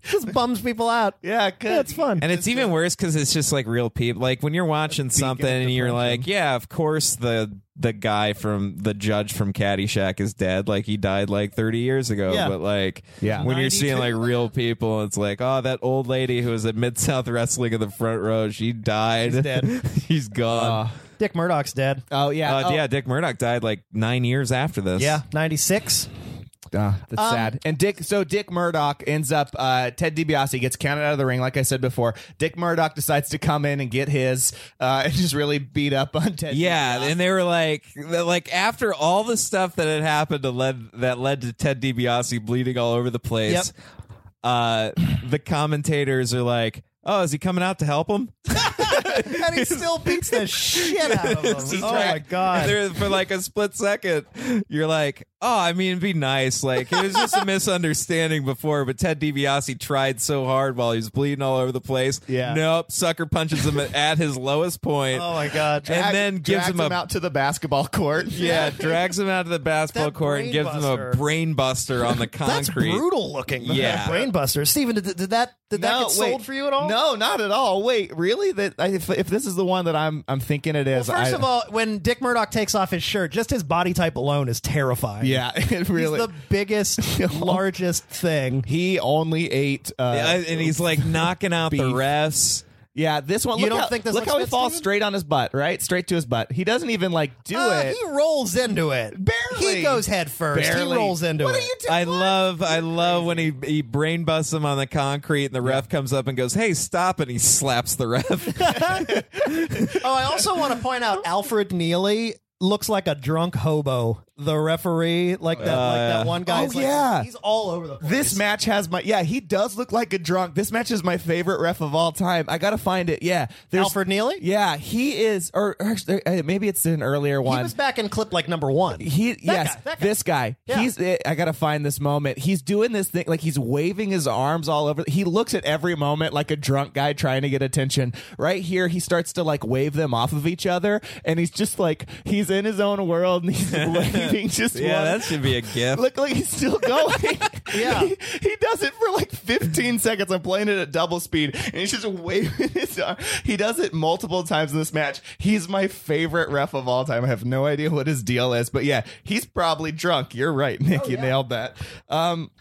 B: Just bums people out.
D: yeah, good.
B: Yeah, it's fun.
C: and it's even worse because it's just like real people like when you're watching something and you're like yeah of course the the guy from the judge from caddyshack is dead like he died like 30 years ago
B: Yeah.
C: but like
D: Yeah.
C: when you're seeing like real people it's like oh that old lady who was at mid-south wrestling in the front row she died
B: She's dead.
C: she's gone
B: Dick Murdoch's dead.
D: Oh
C: uh,
D: yeah, oh,
C: yeah dick murdoch died like nine years after this
B: Yeah, ninety six.
D: Uh, that's
B: Um,
D: sad. And Dick, so Dick Murdoch ends up. Uh, Ted DiBiase gets counted out of the ring, like I said before. Dick Murdoch decides to come in and get his, uh, and just really beat up on Ted.
C: Yeah, and they were like, they're like after all the stuff that had happened to led that led to Ted DiBiase bleeding all over the place. Uh, the commentators are like, "Oh, is he coming out to help him?"
B: and he still beats the shit out of
C: It's
B: him.
C: just
B: Oh
C: right-
B: my god!
C: There- For like a split second, you're like, "Oh, I mean, be nice." Like it was just a misunderstanding before, but Ted DiBiase tried so hard while he was bleeding all over the place.
B: Yeah.
C: nope. Sucker punches him at- at his lowest point.
B: Oh my god!
C: and then gives
D: drags
C: him a
D: out to the basketball court.
C: Yeah, drags him out to the basketball
B: That
C: court and
B: brain
C: gives him
B: buster.
C: a brain buster on the
B: That's
C: concrete.
B: brutal looking.
C: Yeah.
B: brainbuster. Steven, did, did that did that get sold
D: wait.
B: for you at all?
D: No, not at all. Wait, really? That I- if, if this is the one that I'm I'm thinking it
B: Well,
D: is.
B: first
D: I-
B: of all, when Dick Murdoch takes off his shirt, just his body type alone is terrifying.
D: yeah, it
B: He's
D: really.
B: the biggest, largest thing.
D: he only ate. Uh,
C: Yeah, and he's like knocking out the
D: Beef.
C: refs.
D: yeah, this one.
B: You
D: look
B: don't
D: how,
B: think this
D: look
B: looks
D: how he
B: good,
D: falls
B: Steven?
D: straight on his butt, right? Straight to his butt. He doesn't even like do
B: Uh,
D: it.
B: he rolls into it.
D: Barely.
B: He goes head first. He
D: Barely.
B: rolls into
D: What
B: it.
D: are you
C: I love, I love when he he brain busts him on the concrete, and the ref comes up and goes, "Hey, stop!" and he slaps the ref.
B: oh, I also want to point out Alfred Neely looks like a drunk hobo. The referee, like that, like that one guy.
D: Oh,
B: He's like-
D: yeah.
B: he's all over the place.
D: This match has my yeah. He does look like a drunk. This match is my favorite ref of all time. I gotta find it. Yeah, there's
B: Alfred Neely.
D: Yeah, he is, or, or actually, uh, maybe it's an earlier
B: He
D: one.
B: was back in clip like number one.
D: He-
B: That
D: yes,
B: guy, that guy.
D: this guy.
B: Yeah.
D: He's. eh, I gotta find this moment. He's doing this thing like he's waving his arms all over. He looks at every moment like a drunk guy trying to get attention. Right here, he starts to like wave them off of each other, and he's just like he's in his own world and he's waving just.
C: yeah,
D: one-
C: that should be a gift.
D: Look like he's still going.
B: Yeah.
D: He, he does it for like 15 seconds. I'm playing it at double speed and he's just waving his arm. He does it multiple times in this match. He's my favorite ref of all time. I have no idea what his deal is, but yeah, he's probably drunk. You're right, Nick.
B: Oh,
D: you nailed that. Um,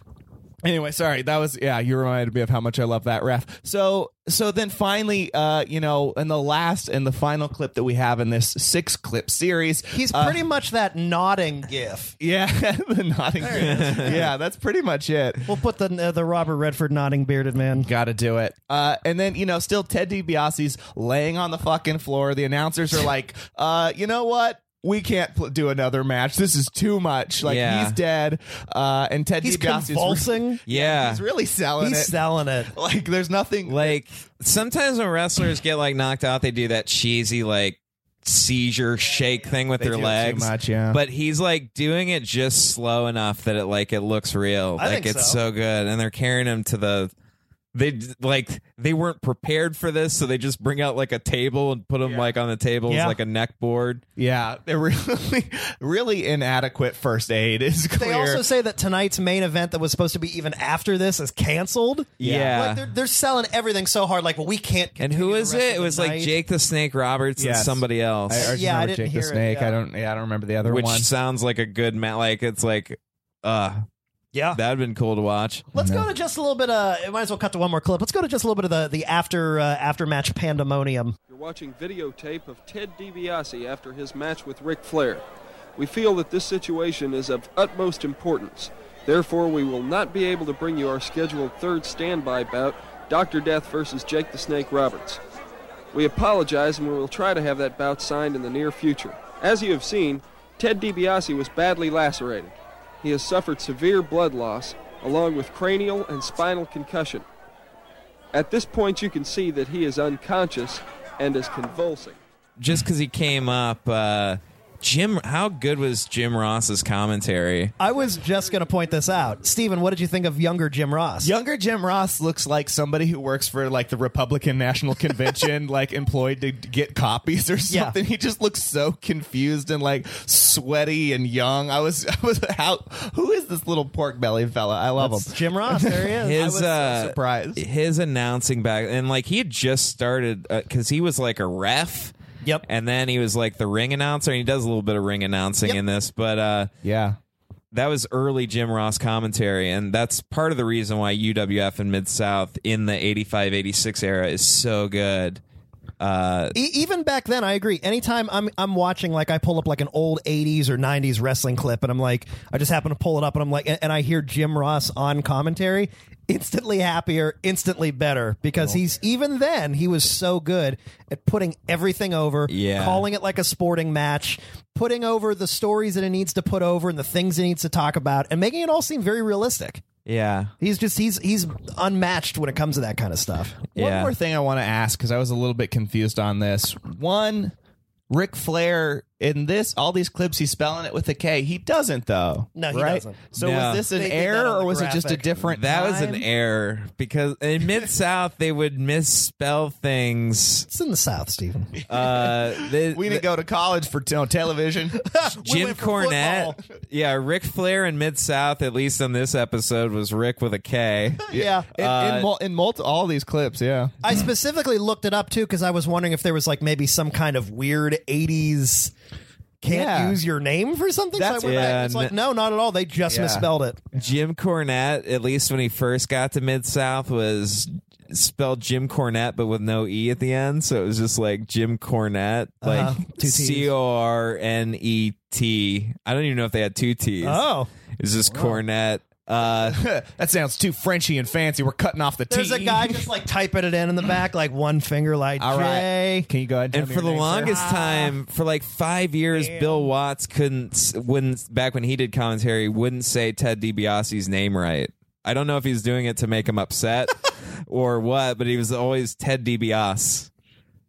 D: Anyway, sorry. That was yeah. You reminded me of how much I love that ref. So so then finally, uh, you know, in the last and the final clip that we have in this six clip series,
B: He's
D: uh,
B: pretty much that nodding gif.
D: yeah, the nodding. yeah, that's pretty much it.
B: We'll put the uh, the Robert Redford nodding bearded man.
D: Got to do it. Uh, and then you know, still Ted DiBiase's laying on the fucking floor. The announcers are like, uh, you know what? We can't pl- do another match. This is too much. Like
C: Yeah.
D: he's dead. Uh, and Ted
B: He's
D: DiBiase's
B: convulsing.
C: yeah,
D: he's really selling
B: He's
D: it.
B: selling it.
D: like there's nothing.
C: like sometimes when wrestlers get like knocked out, they do that cheesy like seizure shake thing with their
D: do it too
C: legs.
D: much, yeah.
C: But he's like doing it just slow enough that it like it looks real.
B: I
C: like
B: think
C: it's
B: so.
C: so good. And they're carrying him to the they d- like they weren't prepared for this, so they just bring out like a table and put him like on the table as
B: Yeah.
C: like a neck board.
D: Yeah, they're really, really inadequate first aid is
B: They
D: clear.
B: also say that tonight's main event that was supposed to be even after this is canceled.
C: Yeah.
B: Like, they're, they're selling everything so hard. Like, well, we can't.
C: And
B: continue
C: who
B: the
C: is
B: rest
C: it?
B: of
C: It
B: the
C: was like
B: night.
C: Jake the Snake Roberts
D: Yes.
C: and somebody else.
D: I, I just
B: Yeah, I
D: remember
B: didn't
D: Jake
B: hear
D: the
B: it,
D: Snake.
B: yeah.
D: I don't. Yeah, I don't remember the other
C: which
D: one.
C: sounds like a good match. Like it's like, uh,
B: Yeah.
C: that would have been cool to watch.
B: Let's go to just a little bit. Uh, might as well cut to one more clip. Let's go to just a little bit of the the after uh, after match pandemonium.
J: You're watching videotape of Ted DiBiase after his match with Ric Flair. We feel that this situation is of utmost importance. Therefore, we will not be able to bring you our scheduled third standby bout, Dr. Death versus Jake the Snake Roberts. We apologize and we will try to have that bout signed in the near future. As you have seen, Ted DiBiase was badly lacerated. He has suffered severe blood loss, along with cranial and spinal concussion. At this point, you can see that he is unconscious and is convulsing.
C: Just because he came up, uh, Jim. How good was Jim Ross's commentary?
B: I was just going to point this out, Steven, What did you think of younger Jim Ross?
D: Younger Jim Ross looks like somebody who works for like the Republican National Convention, like employed to get copies or
B: Yeah.
D: something. He just looks so confused and like sweaty and young. I was, I was, how? Who is this little pork belly fella? I love
B: That's
D: him.
B: Jim Ross. There he is.
C: His
D: I was so
C: uh,
D: surprised.
C: His announcing back and like he had just started because he was like a ref.
B: Yep.
C: And then he was like the ring announcer, and he does a little bit of ring announcing
B: Yep.
C: in this, but uh,
D: Yeah,
C: that was early Jim Ross commentary, and that's part of the reason why UWF and Mid South in the 85 86 era is so good. Uh,
B: E- even back then, I agree. Anytime I'm I'm watching, like I pull up like an old '80s or '90s wrestling clip, and I'm like, I just happen to pull it up, and I'm like, and, and I hear Jim Ross on commentary, instantly happier, instantly better, because he's even then he was so good at putting everything over,
C: Yeah.
B: calling it like a sporting match, putting over the stories that it needs to put over and the things it needs to talk about, and making it all seem very realistic.
C: yeah.
B: He's just he's he's unmatched when it comes to that kind of stuff.
C: Yeah.
D: One more thing I want to ask because I was a little bit confused on this. One, Ric Flair in this, all these clips, he's spelling it with a K. He doesn't though.
B: No, he
D: right?
B: doesn't.
D: So
C: No.
D: was this an
B: They did that
D: error
B: on the
D: or was it just a
B: graphic.
D: different?
C: That was an e-
D: time?
C: error because in Mid South they would misspell things.
B: It's in the South, Stephen.
C: Uh, the-
D: We didn't go to college for no television.
C: Jim Cornette, yeah, Ric Flair in Mid South, at least on this episode, was Rick with a K.
B: yeah.
D: in,
B: Uh,
D: in, mul- in multi- all these clips, yeah.
B: I specifically looked it up too because I was wondering if there was like maybe some kind of weird '80s can't
D: Yeah.
B: use your name for something.
D: That's
B: so I went
C: what-
B: back and
C: Yeah,
B: it's like
C: n-
B: no, not at all. They just
D: Yeah.
B: misspelled it.
C: Jim Cornette, at least when he first got to Mid South, was spelled Jim Cornette, but with no e at the end. So it was just like Jim Cornette,
B: Uh-huh.
C: like
B: Two Ts.
C: C O R N E T. I don't even know if they had two T's.
D: E
B: Oh,
C: it's just Cornette. Uh,
D: that sounds too Frenchy and fancy. We're cutting off the T.
B: there's a guy just like typing it in in the back, like one finger, like
D: All right.
B: J.
D: Can you go ahead?
C: and for the longest time, for like five years, Bill Watts couldn't s- wouldn't back when he did commentary wouldn't say Ted DiBiase's name right. I don't know if he's doing it to make him upset or what, but he was always Ted DiBiase.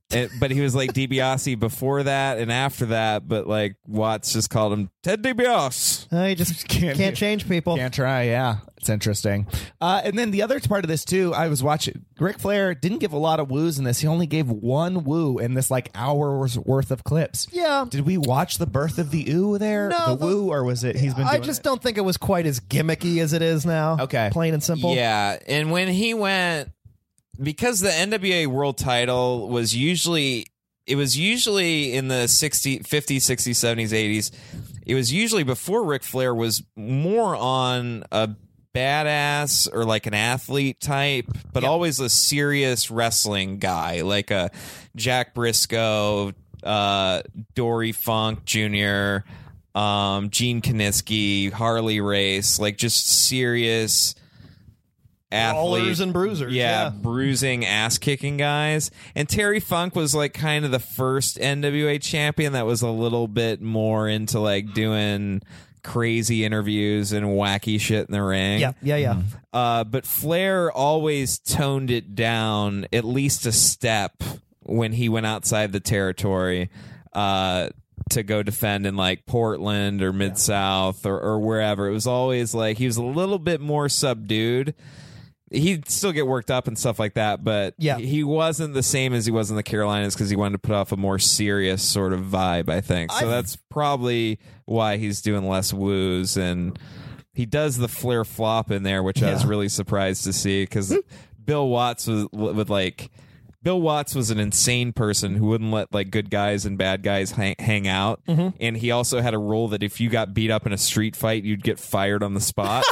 C: And- but he was like DiBiase before that and after that, but like Watts just called him Ted DiBiase.
B: I just can't,
D: Can't do-
B: change people.
D: Can't try, yeah. It's interesting. Uh, and then the other part of this too, I was watching Ric Flair didn't give a lot of woos in this. He only gave one woo in this like hours worth of clips.
B: Yeah.
D: Did we watch the birth of the ooh there? the
B: No, the-
D: woo, or was it he's been
B: I
D: doing
B: just
D: it?
B: don't think it was quite as gimmicky as it is now.
D: Okay.
B: plain and simple.
C: Yeah, and when he went because the NWA World Title was usually it was usually in the 60 50s 60s 70s 80s. It was usually before Ric Flair was more on a badass or like an athlete type, but always a serious wrestling guy like a Jack Briscoe, uh Dory Funk Jr., um Gene Kaniski, Harley Race, like just serious athlete
B: Brawlers and bruisers.
C: yeah,
B: yeah.
C: bruising ass kicking guys. And Terry Funk was like kind of the first NWA champion that was a little bit more into like doing crazy interviews and wacky shit in the ring.
B: Yeah, yeah, yeah.
C: Uh, but Flair always toned it down at least a step when he went outside the territory. uh, to go defend in like Portland or Mid South or, or wherever. It was always like he was a little bit more subdued. He'd still get worked up and stuff like that, but
B: Yeah.
C: he wasn't the same as he was in the Carolinas because he wanted to put off a more serious sort of vibe, I think. So
B: I've-
C: that's probably why he's doing less woos and he does the flare flop in there, which I was
B: Yeah. Hmm.
C: really surprised to see because Bill Watts was with like Bill Watts was an insane person who wouldn't let like good guys and bad guys hang, hang out,
B: Mm-hmm.
C: and he also had a rule that if you got beat up in a street fight, you'd get fired on the spot.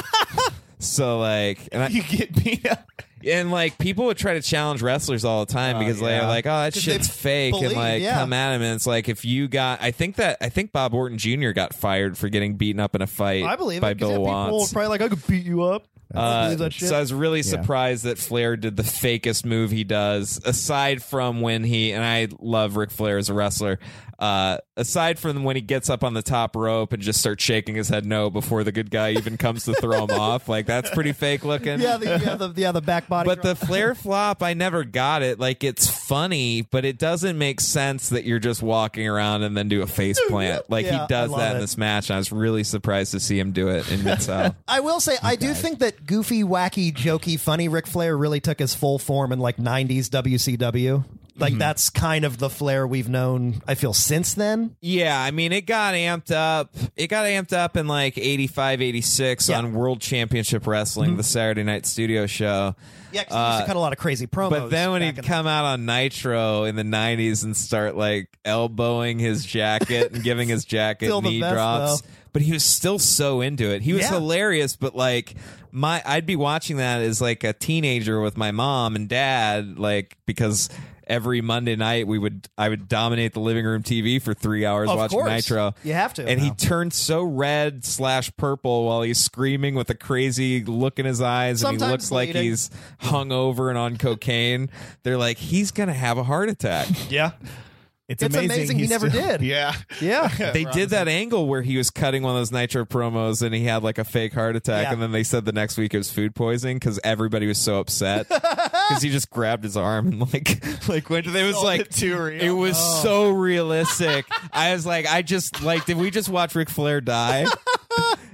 C: so like, and I,
D: You get beat up.
C: and like people would try to challenge wrestlers all the time because
D: yeah.
C: they're like, oh, that
B: 'Cause they
C: shit's fake, and
B: believe,
C: like
B: yeah.
C: come at him. And it's like if you got, I think that I think Bob Orton Jr. got fired for getting beaten up in a fight.
B: I believe
C: by
B: it, 'cause, yeah, People
C: Bill
B: were
C: Watts.
B: probably like, I could beat you up. I
C: Uh,
B: believe that shit.
C: so I was really surprised that Flair did the fakest move he does, aside from when he and I love Ric Flair as a wrestler. Uh, aside from when he gets up on the top rope and just starts shaking his head no before the good guy even comes to throw him off, like that's pretty fake looking.
B: yeah, the, yeah, the, yeah, the back body.
C: But
B: drop.
C: the flare flop, I never got it. Like it's funny, but it doesn't make sense that you're just walking around and then do a face plant. Like
B: Yeah, I
C: he does
B: love
C: that
B: it.
C: in this match, and I was really surprised to see him do it in mid south.
B: I will say, I do think that goofy, wacky, jokey, funny Ric Flair really took his full form in like 90s WCW. Like,
C: Mm-hmm.
B: that's kind of the Flair we've known, I feel, since then.
C: Yeah, I mean, it got amped up. It got amped up in like 85, 86
B: Yeah. Mm-hmm.
C: on World Championship Wrestling, the Saturday night studio show.
B: Yeah, 'cause he used to
C: Uh,
B: cut a lot of crazy promos.
C: But then when
B: back
C: he'd
B: in the-
C: come out on Nitro in the 90s and start like elbowing his jacket and giving his jacket
B: Still the
C: knee
B: best,
C: drops.
B: though.
C: But he was still so into it. He was
B: Yeah.
C: hilarious, but like my I'd be watching that as like a teenager with my mom and dad like because every Monday night we would I would dominate the living room TV for 3 hours
B: Of
C: watching
B: course.
C: Nitro.
B: You have to
C: And he
B: now.
C: turned so red slash purple while he's screaming with a crazy look in his eyes and
B: Sometimes
C: he looks like
B: bleeding.
C: he's hungover and on cocaine. They're like, he's gonna have a heart attack.
D: Yeah. It's,
B: It's
D: amazing,
B: amazing he
D: he's
B: never
D: still-
B: did.
D: Yeah.
B: Yeah.
C: They did that angle where he was cutting one of those nitro promos and he had like a fake heart attack,
B: Yeah.
C: and then they said the next week it was food poisoning because everybody was so upset because he just grabbed his arm and like like went. It was like
D: too real.
C: It was so realistic. I was like, I just like, did we just watch Ric Flair die?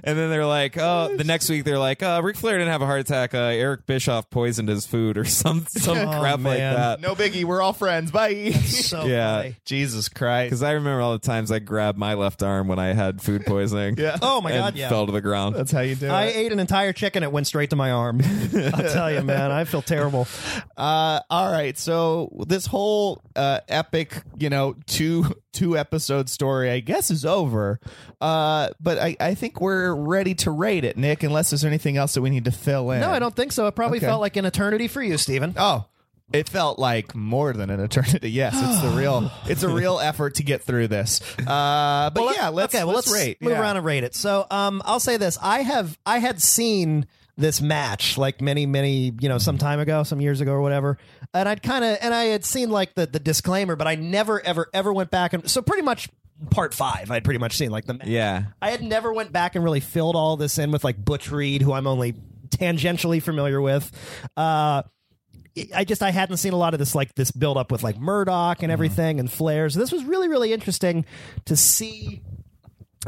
C: And then they're like, oh, the next week they're like, uh, Ric Flair didn't have a heart attack. Uh, Eric Bischoff poisoned his food or some some
D: Oh,
C: crap like
B: man.
C: that.
D: No biggie. We're all friends. Bye.
B: So
C: Yeah.
B: funny.
D: Jesus Christ.
C: Because I remember all the times I grabbed my left arm when I had food poisoning.
D: Yeah.
B: Oh, my
C: and
B: God, yeah.
C: fell to the ground.
D: That's how you do
B: I
D: it.
B: ate an entire chicken. It went straight to my arm. I'll tell you, man. I feel terrible.
D: Uh, all right. So this whole uh, epic, you know, two two episode story, I guess, is over. Uh, but I, I think we're ready to rate it, Nick. Unless there's anything else that we need to fill in.
B: No, I don't think so. It probably
D: Okay.
B: felt like an eternity for you, Steven.
D: Oh, it felt like more than an eternity. Yes, it's the real. It's a real effort to get through this. Uh, but yeah, let's
B: okay, well,
D: let's, rate.
B: move
D: Yeah.
B: around and rate it. So, um, I'll say this: I have I had seen this match like many, many, you know, some time ago, some years ago or whatever, and I'd kind of and I had seen like the the disclaimer, but I never, ever, ever went back and so pretty much part five, I'd pretty much seen like the match.
C: Yeah.
B: I had never went back and really filled all this in with like Butch Reed, who I'm only tangentially familiar with. Uh, I just I hadn't seen a lot of this like this build up with like Murdoch and everything and Flair. So this was really really interesting to see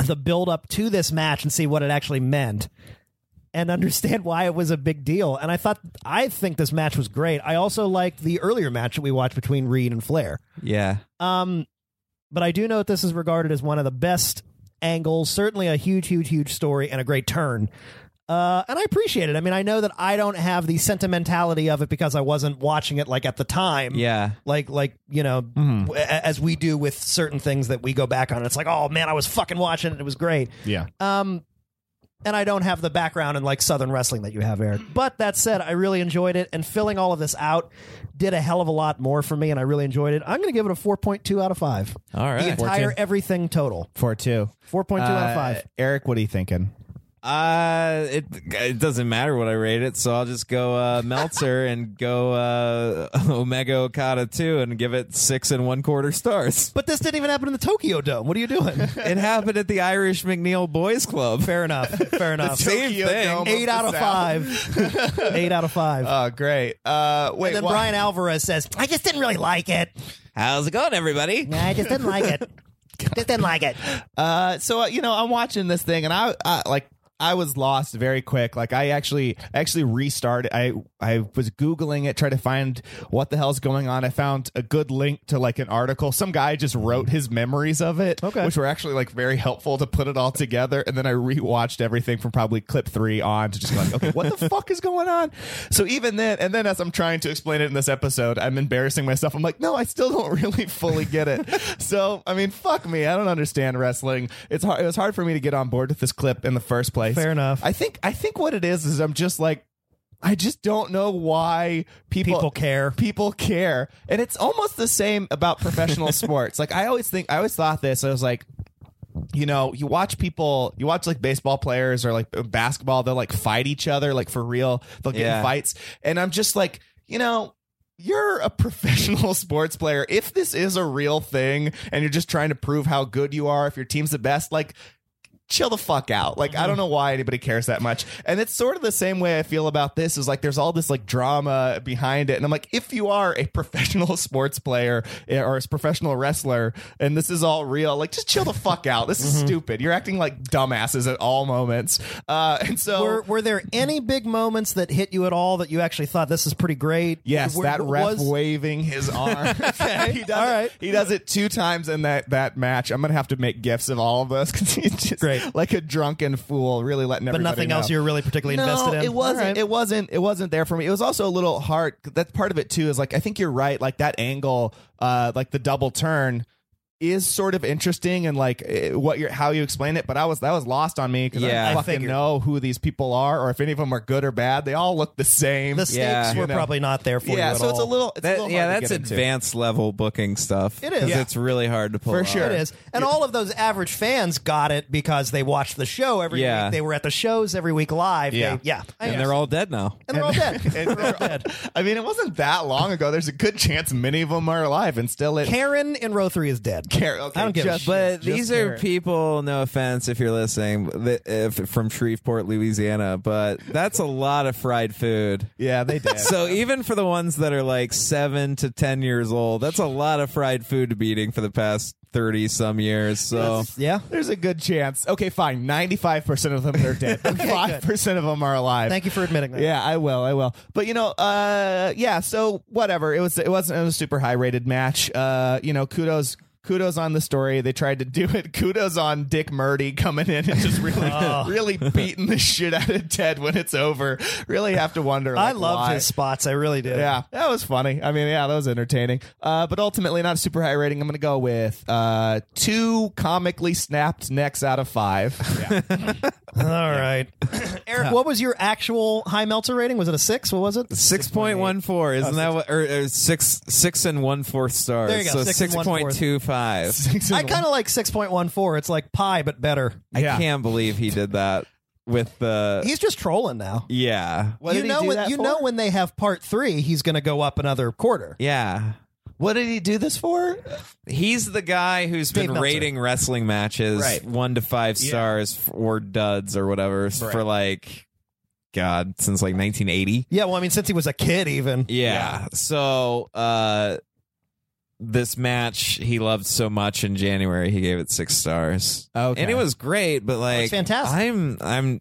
B: the build up to this match and see what it actually meant and understand why it was a big deal. And I thought I think this match was great. I also liked the earlier match that we watched between Reed and Flair.
C: Yeah.
B: Um, but I do note this is regarded as one of the best angles, certainly a huge, huge, huge story and a great turn. Uh, and I appreciate it. I mean, I know that I don't have the sentimentality of it because I wasn't watching it like at the time.
C: Yeah.
B: Like, like you know,
D: Mm-hmm.
B: w- a- as we do with certain things that we go back on. It's like, oh man, I was fucking watching it. It was great.
D: Yeah.
B: Um, and I don't have the background in like Southern wrestling that you have, Eric. But that said, I really enjoyed it, and filling all of this out did a hell of a lot more for me, and I really enjoyed it. I'm going to give it a 4.2 out of five.
C: All right.
B: the entire
D: 14.
B: everything total,
D: Four two.
B: 4.2 out of
D: Uh,
B: five.
D: Eric, what are you thinking?
C: Uh, it it doesn't matter what I rate it, so I'll just go uh, Meltzer and go uh, Omega Okada two and give it six and one quarter stars.
B: But this didn't even happen in the Tokyo Dome. What are you doing?
C: It happened at the Irish McNeil Boys Club.
B: fair enough. Fair enough.
C: Same
D: Tokyo Dome.
C: thing.
B: Eight out of five. Eight out of five.
D: Oh, great. Uh, wait.
B: and then
D: why-
B: Brian Alvarez says, "I just didn't really like it.
C: How's it going, everybody?
B: I just didn't like it." Just didn't like it.
D: Uh, so uh, you know, I'm watching this thing, and I, I like. I was lost very quick. Like I actually I actually restarted. I I was googling it, trying to find what the hell's going on. I found a good link to like an article. Some guy just wrote his memories of it,
B: Okay.
D: which were actually like very helpful to put it all together. And then I rewatched everything from probably clip three on to just be like, okay, what the fuck is going on? So even then, and then as I'm trying to explain it in this episode, I'm embarrassing myself. I'm like, no, I still don't really fully get it. so I mean, fuck me, I don't understand wrestling. It's hard. It was hard for me to get on board with this clip in the first place.
B: Fair enough.
D: I think I think what it is is I'm just like I just don't know why people
B: People care.
D: People care. And it's almost the same about professional sports. Like I always think I always thought this. I was like you know, you watch people, you watch like baseball players or like basketball, they'll like fight each other like for real. They'll get
C: Yeah.
D: in fights. And I'm just like, you know, you're a professional sports player. If this is a real thing and you're just trying to prove how good you are, if your team's the best, like chill the fuck out. Like
B: Mm-hmm.
D: I don't know why anybody cares that much. And it's sort of the same way I feel about this is like there's all this like drama behind it and I'm like if you are a professional sports player eh, or a professional wrestler and this is all real, like just chill the fuck out. This
B: Mm-hmm.
D: is stupid. You're acting like dumbasses at all moments. Uh and so
B: Were, were there any big moments that hit you at all that you actually thought this is pretty great?
D: Yes,
B: Were-
D: that ref
B: was-
D: waving his arm. he does
B: all
D: it,
B: right.
D: He does it two times in that that match. I'm gonna have to make gifs of all of us because he's just
B: Great.
D: like a drunken fool, really letting
B: but
D: everybody.
B: nothing else
D: know.
B: you were really particularly invested in.
D: It wasn't.
B: All right.
D: It wasn't. It wasn't there for me. It was also a little hard. That's part of it too. Is like I think you're right. Like that angle, uh, like the double turn, is sort of interesting and like eh, what you how you explain it. But I was that was lost on me because
C: Yeah.
D: I
C: I
D: don't fucking
B: figured.
D: know who these people are or if any of them are good or bad. They all look the same.
B: the stakes
C: Yeah.
B: were
D: You know.
B: probably not there for you
D: yeah,
B: at
D: so it's a
B: all.
D: little. It's a
C: That-
D: little
C: yeah,
D: hard to
C: that's
D: get into.
C: advanced level booking stuff.
B: It is.
C: 'cause
B: Yeah.
C: it's really hard to pull
D: For
C: off.
D: sure.
B: It is. And all of those average fans got it because they watched the show every
C: Yeah.
B: week. They were at the shows every week live. They-
D: Yeah.
B: yeah. I
C: And they're all dead now.
B: and they're all dead.
D: And they're- I mean, it wasn't that long ago. There's a good chance many of them are alive and still it.
B: Karen in row three is dead.
D: Karen- okay,
B: I don't give a
D: just-
B: shit.
C: But
D: Just
C: these are
D: Garrett.
C: people. No offense, if you're listening, that- if, from Shreveport, Louisiana, but that's a lot of fried food.
D: yeah, they did.
C: So even for the ones that are like seven to ten years old, that's a lot of fried food to be eating for the past thirty some years. So
B: yeah.
D: There's a good chance. Okay, fine. 95% of them are dead. 5% of them are alive.
B: Thank you for admitting that.
D: Yeah, I will. I will. But you know, uh, yeah. So whatever. It was. It wasn't a super high rated match. Uh, you know, kudos. Kudos on the story. They tried to do it. Kudos on Dick Murdy coming in and just really,
B: Oh.
D: really beating the shit out of Ted when it's over. Really have to wonder.
B: I
D: like,
B: loved
D: why.
B: his spots. I really did.
D: Yeah, that was funny. I mean, yeah, that was entertaining. Uh, but ultimately, not a super high rating. I'm going to go with uh, two comically snapped necks out of five.
B: All right. Eric, what was your actual high melter rating? Was it a six? What was it?
C: six point one four, isn't that what? Or, or six six and one fourth stars.
B: There you go,
C: So
B: six and
C: six point two five.
B: I kind of like 6.14. It's like pie, but better.
C: I
D: Yeah.
C: can't believe he did that with the.
B: He's just trolling now.
C: yeah.
B: you know, when, you know when they have part three, he's going to go up another quarter.
C: Yeah.
D: What did he do this for?
C: He's the guy who's
B: Dave
C: been
B: Meltzer.
C: rating wrestling matches
D: Right.
C: one to five stars f- or duds or whatever for like, God, since like 1980.
B: Yeah, well, I mean, since he was a kid, even.
C: Yeah. So, uh, this match he loved so much in January, he gave it six stars.
D: Okay.
C: And it was great, but like,
B: fantastic.
C: I'm, I'm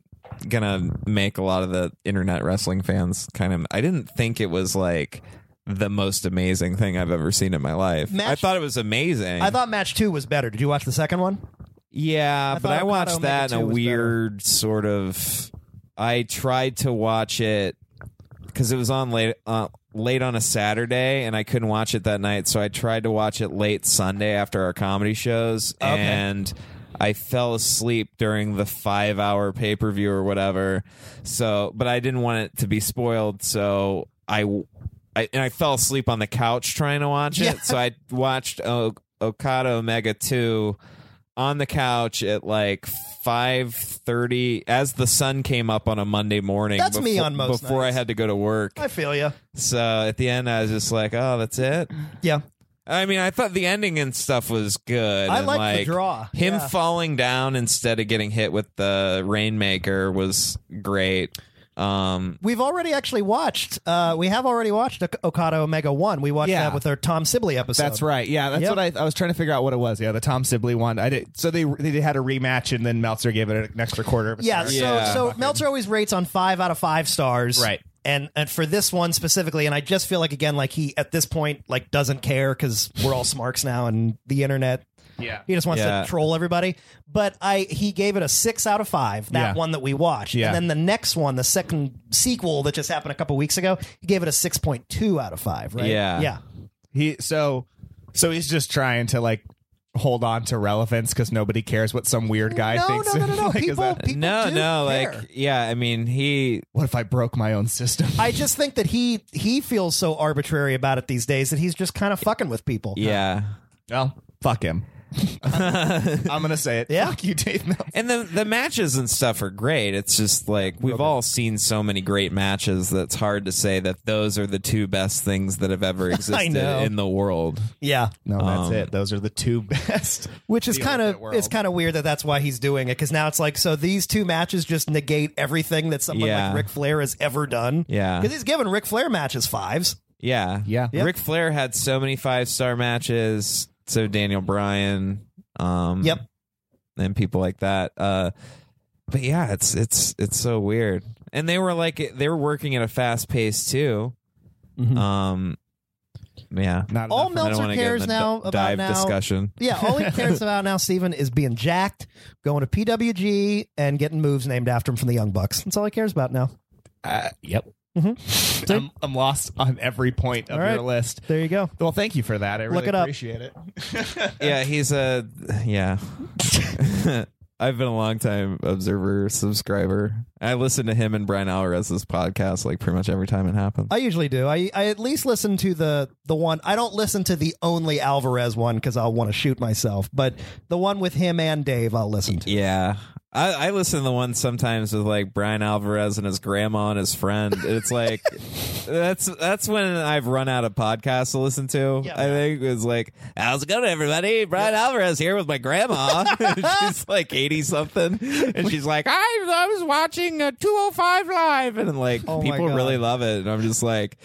C: gonna make a lot of the internet wrestling fans kind of, I didn't think it was like, the most amazing thing I've ever seen in my life. I
B: Match-
C: thought it was amazing.
B: I thought match two was better. Did you watch the second one?
C: Yeah,
B: I
C: but
B: thought
C: I
B: Okada
C: watched
B: Omega
C: that in
B: 2
C: a
B: was better.
C: weird sort of. I tried to watch it because it was on late uh, late on a Saturday, and I couldn't watch it that night. So I tried to watch it late Sunday after our comedy shows, and I fell asleep during the five hour pay per view or whatever. So, but I didn't want it to be spoiled, so I. w- I- and I fell asleep on the couch trying to watch it,
B: Yeah.
C: so I watched o- Okada Omega two on the couch at like 5:30 as the sun came up on a Monday morning.
B: That's me
C: befo-
B: on most
C: before
B: nights.
C: I had to go to work.
B: I feel you.
C: So at the end, I was just like, "Oh, that's it."
B: Yeah.
C: I mean, I thought the ending and stuff was good.
B: I
C: and,
B: liked the
C: like
B: draw.
C: Him
B: Yeah.
C: falling down instead of getting hit with the rainmaker was great. Um,
B: We've already actually watched. Uh, we have already watched Ok- Okada Omega One. We watched
D: Yeah.
B: that with our Tom Sibley episode.
D: That's right. Yeah, that's
B: Yep.
D: what I, I was trying to figure out what it was. Yeah, the Tom Sibley one. I did. So they they had a rematch, and then Meltzer gave it an extra quarter. Of a
B: Yeah.
D: star.
B: So so Meltzer always rates on five out of five stars.
D: Right.
B: And and for this one specifically, and I just feel like again, like he at this point like doesn't care because we're all smarks now and the internet.
D: Yeah.
B: He just wants
C: Yeah.
B: to troll everybody. But I he gave it a six out of five.
D: Yeah.
B: That one that we watched.
D: Yeah.
B: And then the next one, the second sequel that just happened a couple weeks ago, he gave it a six point two out of five. Right.
C: Yeah.
B: Yeah.
D: he so so he's just trying to like hold on to relevance because nobody cares what some weird guy
B: No,
D: thinks.
B: no, no, no, no.
D: Like, is
B: people,
D: that-
B: people
C: no,
B: do
C: no,
B: care.
C: like yeah. I mean, he
D: what if I broke my own system?
B: I just think that he he feels so arbitrary about it these days that he's just kind of fucking with people.
C: yeah.
D: well, fuck him. I'm gonna say it.
B: Yeah.
D: Fuck you, Dave Meltzer.
C: And the the matches and stuff are great. It's just like we've all seen so many great matches that's hard to say that those are the two best things that have ever existed
B: know.
C: in the world.
B: Yeah.
D: No, that's
B: Um,
D: it. Those are the two best.
B: Which is
D: The
B: kind
D: ultimate
B: of
D: world.
B: it's kind of weird that that's why he's doing it because now it's like so these two matches just negate everything that someone
C: Yeah.
B: like Ric Flair has ever done.
C: Yeah.
B: because he's given Ric Flair matches fives.
C: Yeah.
D: Yeah. Yep.
C: Ric Flair had so many five star matches. So did Daniel Bryan. Um
B: Yep.
C: And people like that. Uh but yeah, it's it's it's so weird. And they were like they were working at a fast pace too. Um yeah.
D: Not
B: All
D: enough.
C: I don't
B: Mm-hmm. Meltzer
C: want to get
B: cares
C: in
B: now
C: the d-
B: about
C: dive
B: now.
C: discussion.
B: Yeah, all he cares about now, Steven, is being jacked, going to PWG, and getting moves named after him from the Young Bucks. That's all he cares about now.
D: Uh, yep. I'm, I'm lost on every point of
B: Mm-hmm. All right.
D: your list.
B: There you go.
D: Well, thank you for that. I really
B: Look it up.
D: appreciate it.
C: yeah, he's a yeah. I've been a long time observer subscriber. I listen to him and Brian Alvarez's podcast like pretty much every time it happens.
B: I usually do. I, I at least listen to the the one. I don't listen to the only Alvarez one because I'll want to shoot myself. But the one with him and Dave, I'll listen to.
C: yeah. I, I listen to the one sometimes with like Brian Alvarez and his grandma and his friend. It's like that's that's when I've run out of podcasts to listen to.
B: Yeah.
C: I think it's like, how's it going, everybody? Brian Alvarez here with my grandma. she's like eighty something, and she's like, I I was watching a two hundred five live, and like
B: Oh my
C: people
B: God.
C: really love it, and I'm just like,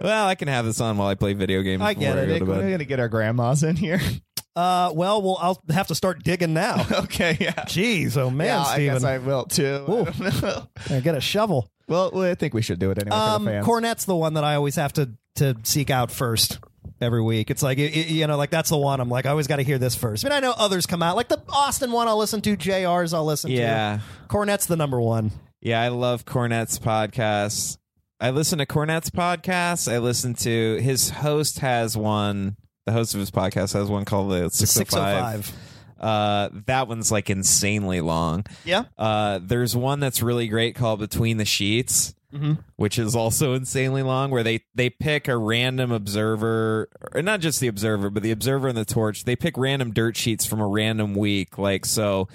C: well, I can have this on while I play video games.
B: I get
C: before
B: it.
C: go to
D: We're
C: bed.
D: going to get our grandmas in here.
B: Uh, well, well, I'll have to start digging now.
D: okay, yeah.
B: Jeez, oh man,
D: yeah, I guess
B: Steven.
D: I will too. I
B: Ooh.
D: don't know.
B: I get a shovel.
D: well, well, I think we should do it anyway for
B: Um,
D: the fans.
B: Cornet's the one that I always have to to seek out first every week. It's like it, it- you know, like that's the one I'm like I always got to hear this first. I mean, I know others come out like the Austin one I'll listen to, JR's I'll listen
C: Yeah.
B: to. Cornet's the number one.
C: Yeah, I love Cornette's podcast. I listen to Cornette's podcast. I listen to his host has one. The host of his podcast has one called the
B: Six oh
C: 605.
B: five.
C: Uh, that one's like insanely long.
B: Yeah.
C: Uh, there's one that's really great called Between the Sheets, which is also insanely long, where they they pick a random observer, or not just the observer, but the observer and the torch. They pick random dirt sheets from a random week. Like so,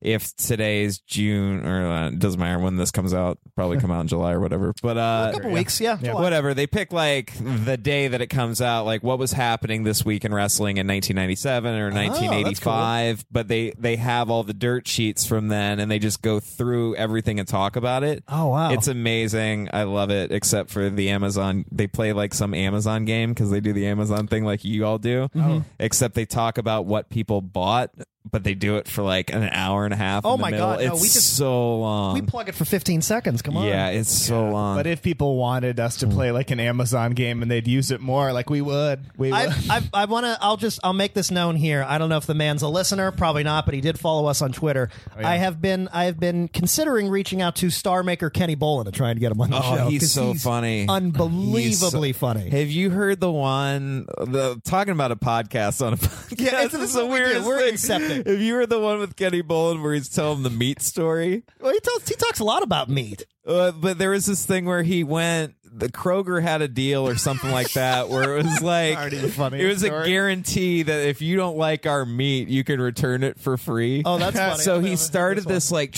C: if today's June or uh, it doesn't matter when this comes out, probably come out in July or whatever. But uh,
B: A couple weeks, yeah. July.
C: whatever they pick like the day that it comes out like what was happening this week in wrestling in 1997
B: Oh,
C: or 1985 but they they have all the dirt sheets from then and they just go through everything and talk about it
B: Oh, wow.
C: it's amazing i love it except for the amazon they play like some amazon game because they do the amazon thing like you all do
B: Mm-hmm.
C: except they talk about what people bought but they do it for like an hour and a half
B: Oh
C: in the
B: my
C: middle.
B: God, no,
C: it's
B: we just-
C: so long
B: We plug it for 15 seconds. Come on.
C: yeah it's so long
D: but if people wanted us
B: Hmm.
D: to play like an Amazon game and they'd use it more, like we would. We would.
B: I, I, I want to. I'll just. I'll make this known here. I don't know if the man's a listener. Probably not. But he did follow us on Twitter.
C: Oh,
B: I have been. I have been considering reaching out to star maker Kenny Bolin and trying to get him on the
C: Oh,
B: show.
C: he's
B: 'cause
C: so funny.
B: unbelievably
C: He's so-
B: funny.
C: Have you heard the one the talking about a podcast on a podcast?
B: Yeah, it's-
C: this
B: this
C: is
B: is
C: the
B: what we do.
C: weirdest
B: We're
C: thing.
B: incepting.
C: Have you heard the one with Kenny Bolin where he's telling the meat story?
B: Well, he tells. He talks a lot about meat.
C: Uh, but there was this thing where he went. The Kroger had a deal or something like that, where it was like
D: Already the funniest
C: it was a
D: story.
C: guarantee that if you don't like our meat, you can return it for free.
B: Oh, that's funny.
C: so he started this like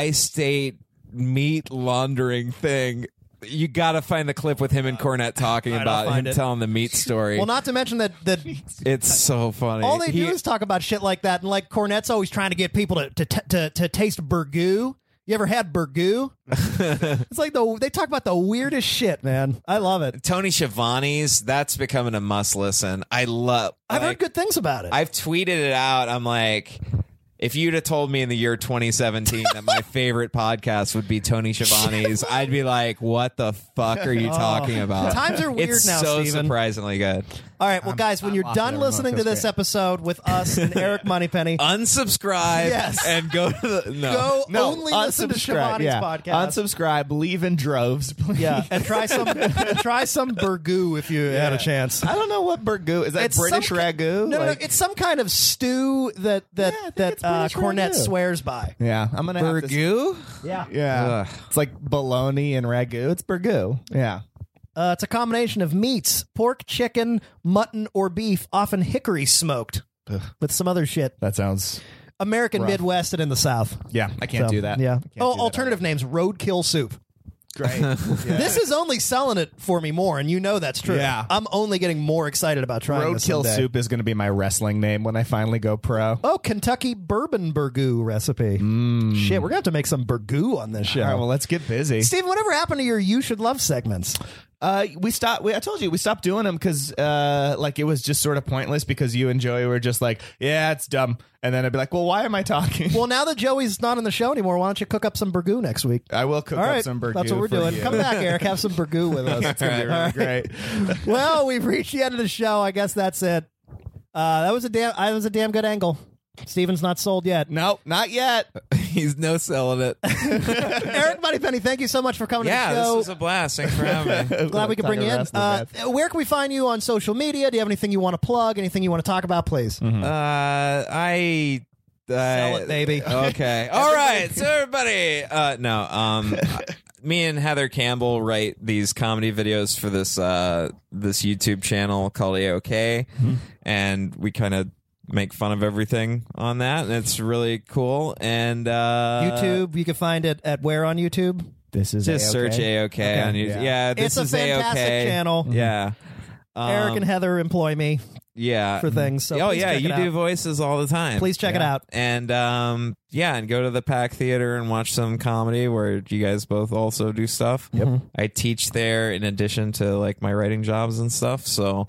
C: tri-state meat laundering thing. You got to find the clip with him and Cornette talking
B: I'll
C: about him
B: Uh, find it.
C: telling the meat story.
B: Well, not to mention that that
C: it's so funny.
B: all they
C: He-
B: do is talk about shit like that, and like Cornette's always trying to get people to to to, to, to taste burgoo. You ever had burgoo? it's like the they talk about the weirdest shit, man. I love it.
C: Tony Schiavone's. That's becoming a must listen. I love.
B: I've heard good things about it.
C: I've tweeted it out. I'm like, if you'd have told me in the year 2017 that my favorite podcast would be Tony Schiavone's, I'd be like, what the fuck are you
B: Oh.
C: talking about?
B: Times are weird
C: it's
B: now,
C: So
B: Steven.
C: surprisingly good.
B: All right, well, guys, when
F: I'm
B: you're
F: off
B: done
F: the remote.
B: listening to
F: Feels
B: this
F: great.
B: episode with us and Eric Moneypenny,
D: Uh,
C: Unsubscribe.
B: Yes.
C: And go to the no.
B: go only listen to Shivani's podcast.
D: Unsubscribe. Leave in droves, please.
B: yeah, and try some and try some burgoo if you had a chance.
D: I don't know what burgoo is. That
B: It's
D: British
B: some-
D: ragu?
B: No, no, no,
D: Like-
B: it's some kind of stew that that
D: I think
B: that
D: it's
B: uh,
D: British
B: Cornette
D: ragu.
B: swears by.
D: yeah, I'm gonna have to-
C: Burgoo?
B: Yeah,
D: Yeah, it's like bologna and ragu. It's burgoo. Yeah,
B: uh, it's a combination of meats: pork, chicken, mutton, or beef, often hickory smoked with some other shit.
D: that sounds.
B: American Midwest and in the South.
D: Yeah, I can't
B: So,
D: do that. I
B: Yeah.
D: can't
B: Oh,
D: do that.
B: alternative names: roadkill soup.
D: Great. Yeah.
B: This is only selling it for me more, and you know that's true.
D: Yeah.
B: I'm only getting more excited about trying this
D: Roadkill
B: someday.
D: soup is going to be my wrestling name when I finally go pro.
B: Oh, Kentucky bourbon burgoo recipe.
D: Mm.
B: Shit, we're gonna have to make some burgoo on this show.
D: All right, well, let's get busy.
B: Steve, whatever happened to your "You Should Love" segments?
D: Uh, we stopped. We, I told you we stopped doing them because, uh, like, it was just sort of pointless. Because you and Joey were just like, "Yeah, it's dumb," and then I'd be like, "Well, why am I talking?"
B: Well, now that Joey's not on the show anymore, why don't you cook up some burgoo next week?
D: I will cook
B: All
D: up
B: right,
D: some burgoo.
B: that's what we're
D: for
B: doing.
D: you.
B: Come back, Eric. Have some burgoo with us.
D: It's gonna be really great.
B: well, we've reached the end of the show. I guess that's it. Uh, that was a damn. I was a damn good angle. Steven's not sold yet.
D: Nope, not yet.
C: He's no selling it.
B: Eric Moneypenny, thank you so much for coming to
C: yeah,
B: the show.
C: this was a blast. Thanks for having me.
B: Glad we could
D: Tiger
B: bring you in.
D: wrestling,
B: Uh,
D: man.
B: where can we find you on social media? Do you have anything you want to plug? Anything you want to talk about, please?
C: Uh, I. I
B: Sell it, baby.
C: Okay. All right. So everybody. Uh, no. Um, me and Heather Campbell write these comedy videos for this uh, this YouTube channel called AOK, and we kind of make fun of everything on that, and it's really cool. And uh,
B: YouTube. You can find it at where on YouTube?
D: This is
C: Just
D: AOK.
C: search AOK on YouTube. Yeah,
D: yeah.
C: this
B: it's a
C: is
B: fantastic
C: AOK.
B: channel.
C: Yeah. Um,
B: Eric and Heather employ me
C: yeah
B: for things. So
C: oh
B: please
C: yeah,
B: check it
C: you
B: out.
C: do voices all the time.
B: Please check it out.
C: and um, yeah, and go to the Pack Theater and watch some comedy where you guys both also do stuff.
B: Mm-hmm.
C: Yep. I teach there in addition to like my writing jobs and stuff. So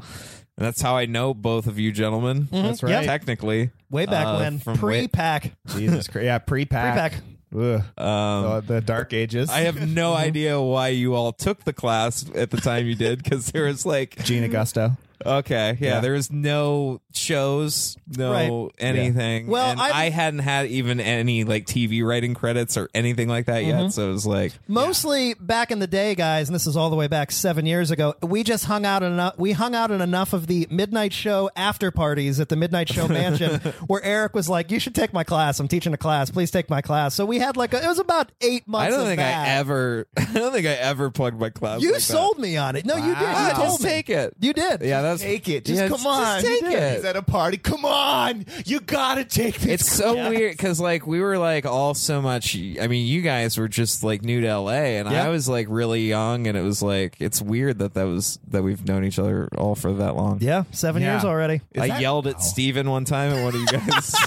C: and that's how I know both of you gentlemen. That's
B: right. Yep.
C: Technically,
B: Way back
C: uh,
B: when,
C: from way-
B: pre-pack,
D: Jesus Christ. Yeah, pre-pack.
B: pre-pack.
D: Ugh.
C: um,
D: Oh, the dark ages.
C: I have no idea why you all took the class at the time you did because there was like
D: Gina Gusto.
C: Okay, yeah,
D: Yeah.
C: there was no shows, no
B: Right.
C: anything.
B: Well,
C: and
B: I'm-
C: I hadn't had even any like TV writing credits or anything like that
B: Mm-hmm.
C: yet, so it was like
B: Mostly back in the day, guys, and this is all the way back seven years ago. We just hung out enough. We hung out in enough of the midnight show after parties at the midnight show mansion, where Eric was like, "You should take my class. I'm teaching a class. Please take my class." So we had like a, it was about eight months.
C: I don't
B: of
C: think
B: that.
C: I ever, I don't think I ever plugged my class.
B: You
C: like that.
B: sold me on it. No, you did. You
C: Ah,
B: told
C: just
B: me.
C: take it.
B: You did.
C: Yeah, that's
D: Take it. Just
C: Yeah,
D: come
C: just-
D: on.
C: just take it.
D: He's at a party. Come on. You gotta take this.
C: It's so weird 'cause weird because like we were like all so much. I mean, you guys were just like new to L.A. and
D: Yeah.
C: I was like really young, and it was like it's weird that that was that we've known each other all for that long.
B: Yeah, seven
D: Yeah.
B: years already.
C: I yelled at Steven one time at one of you guys.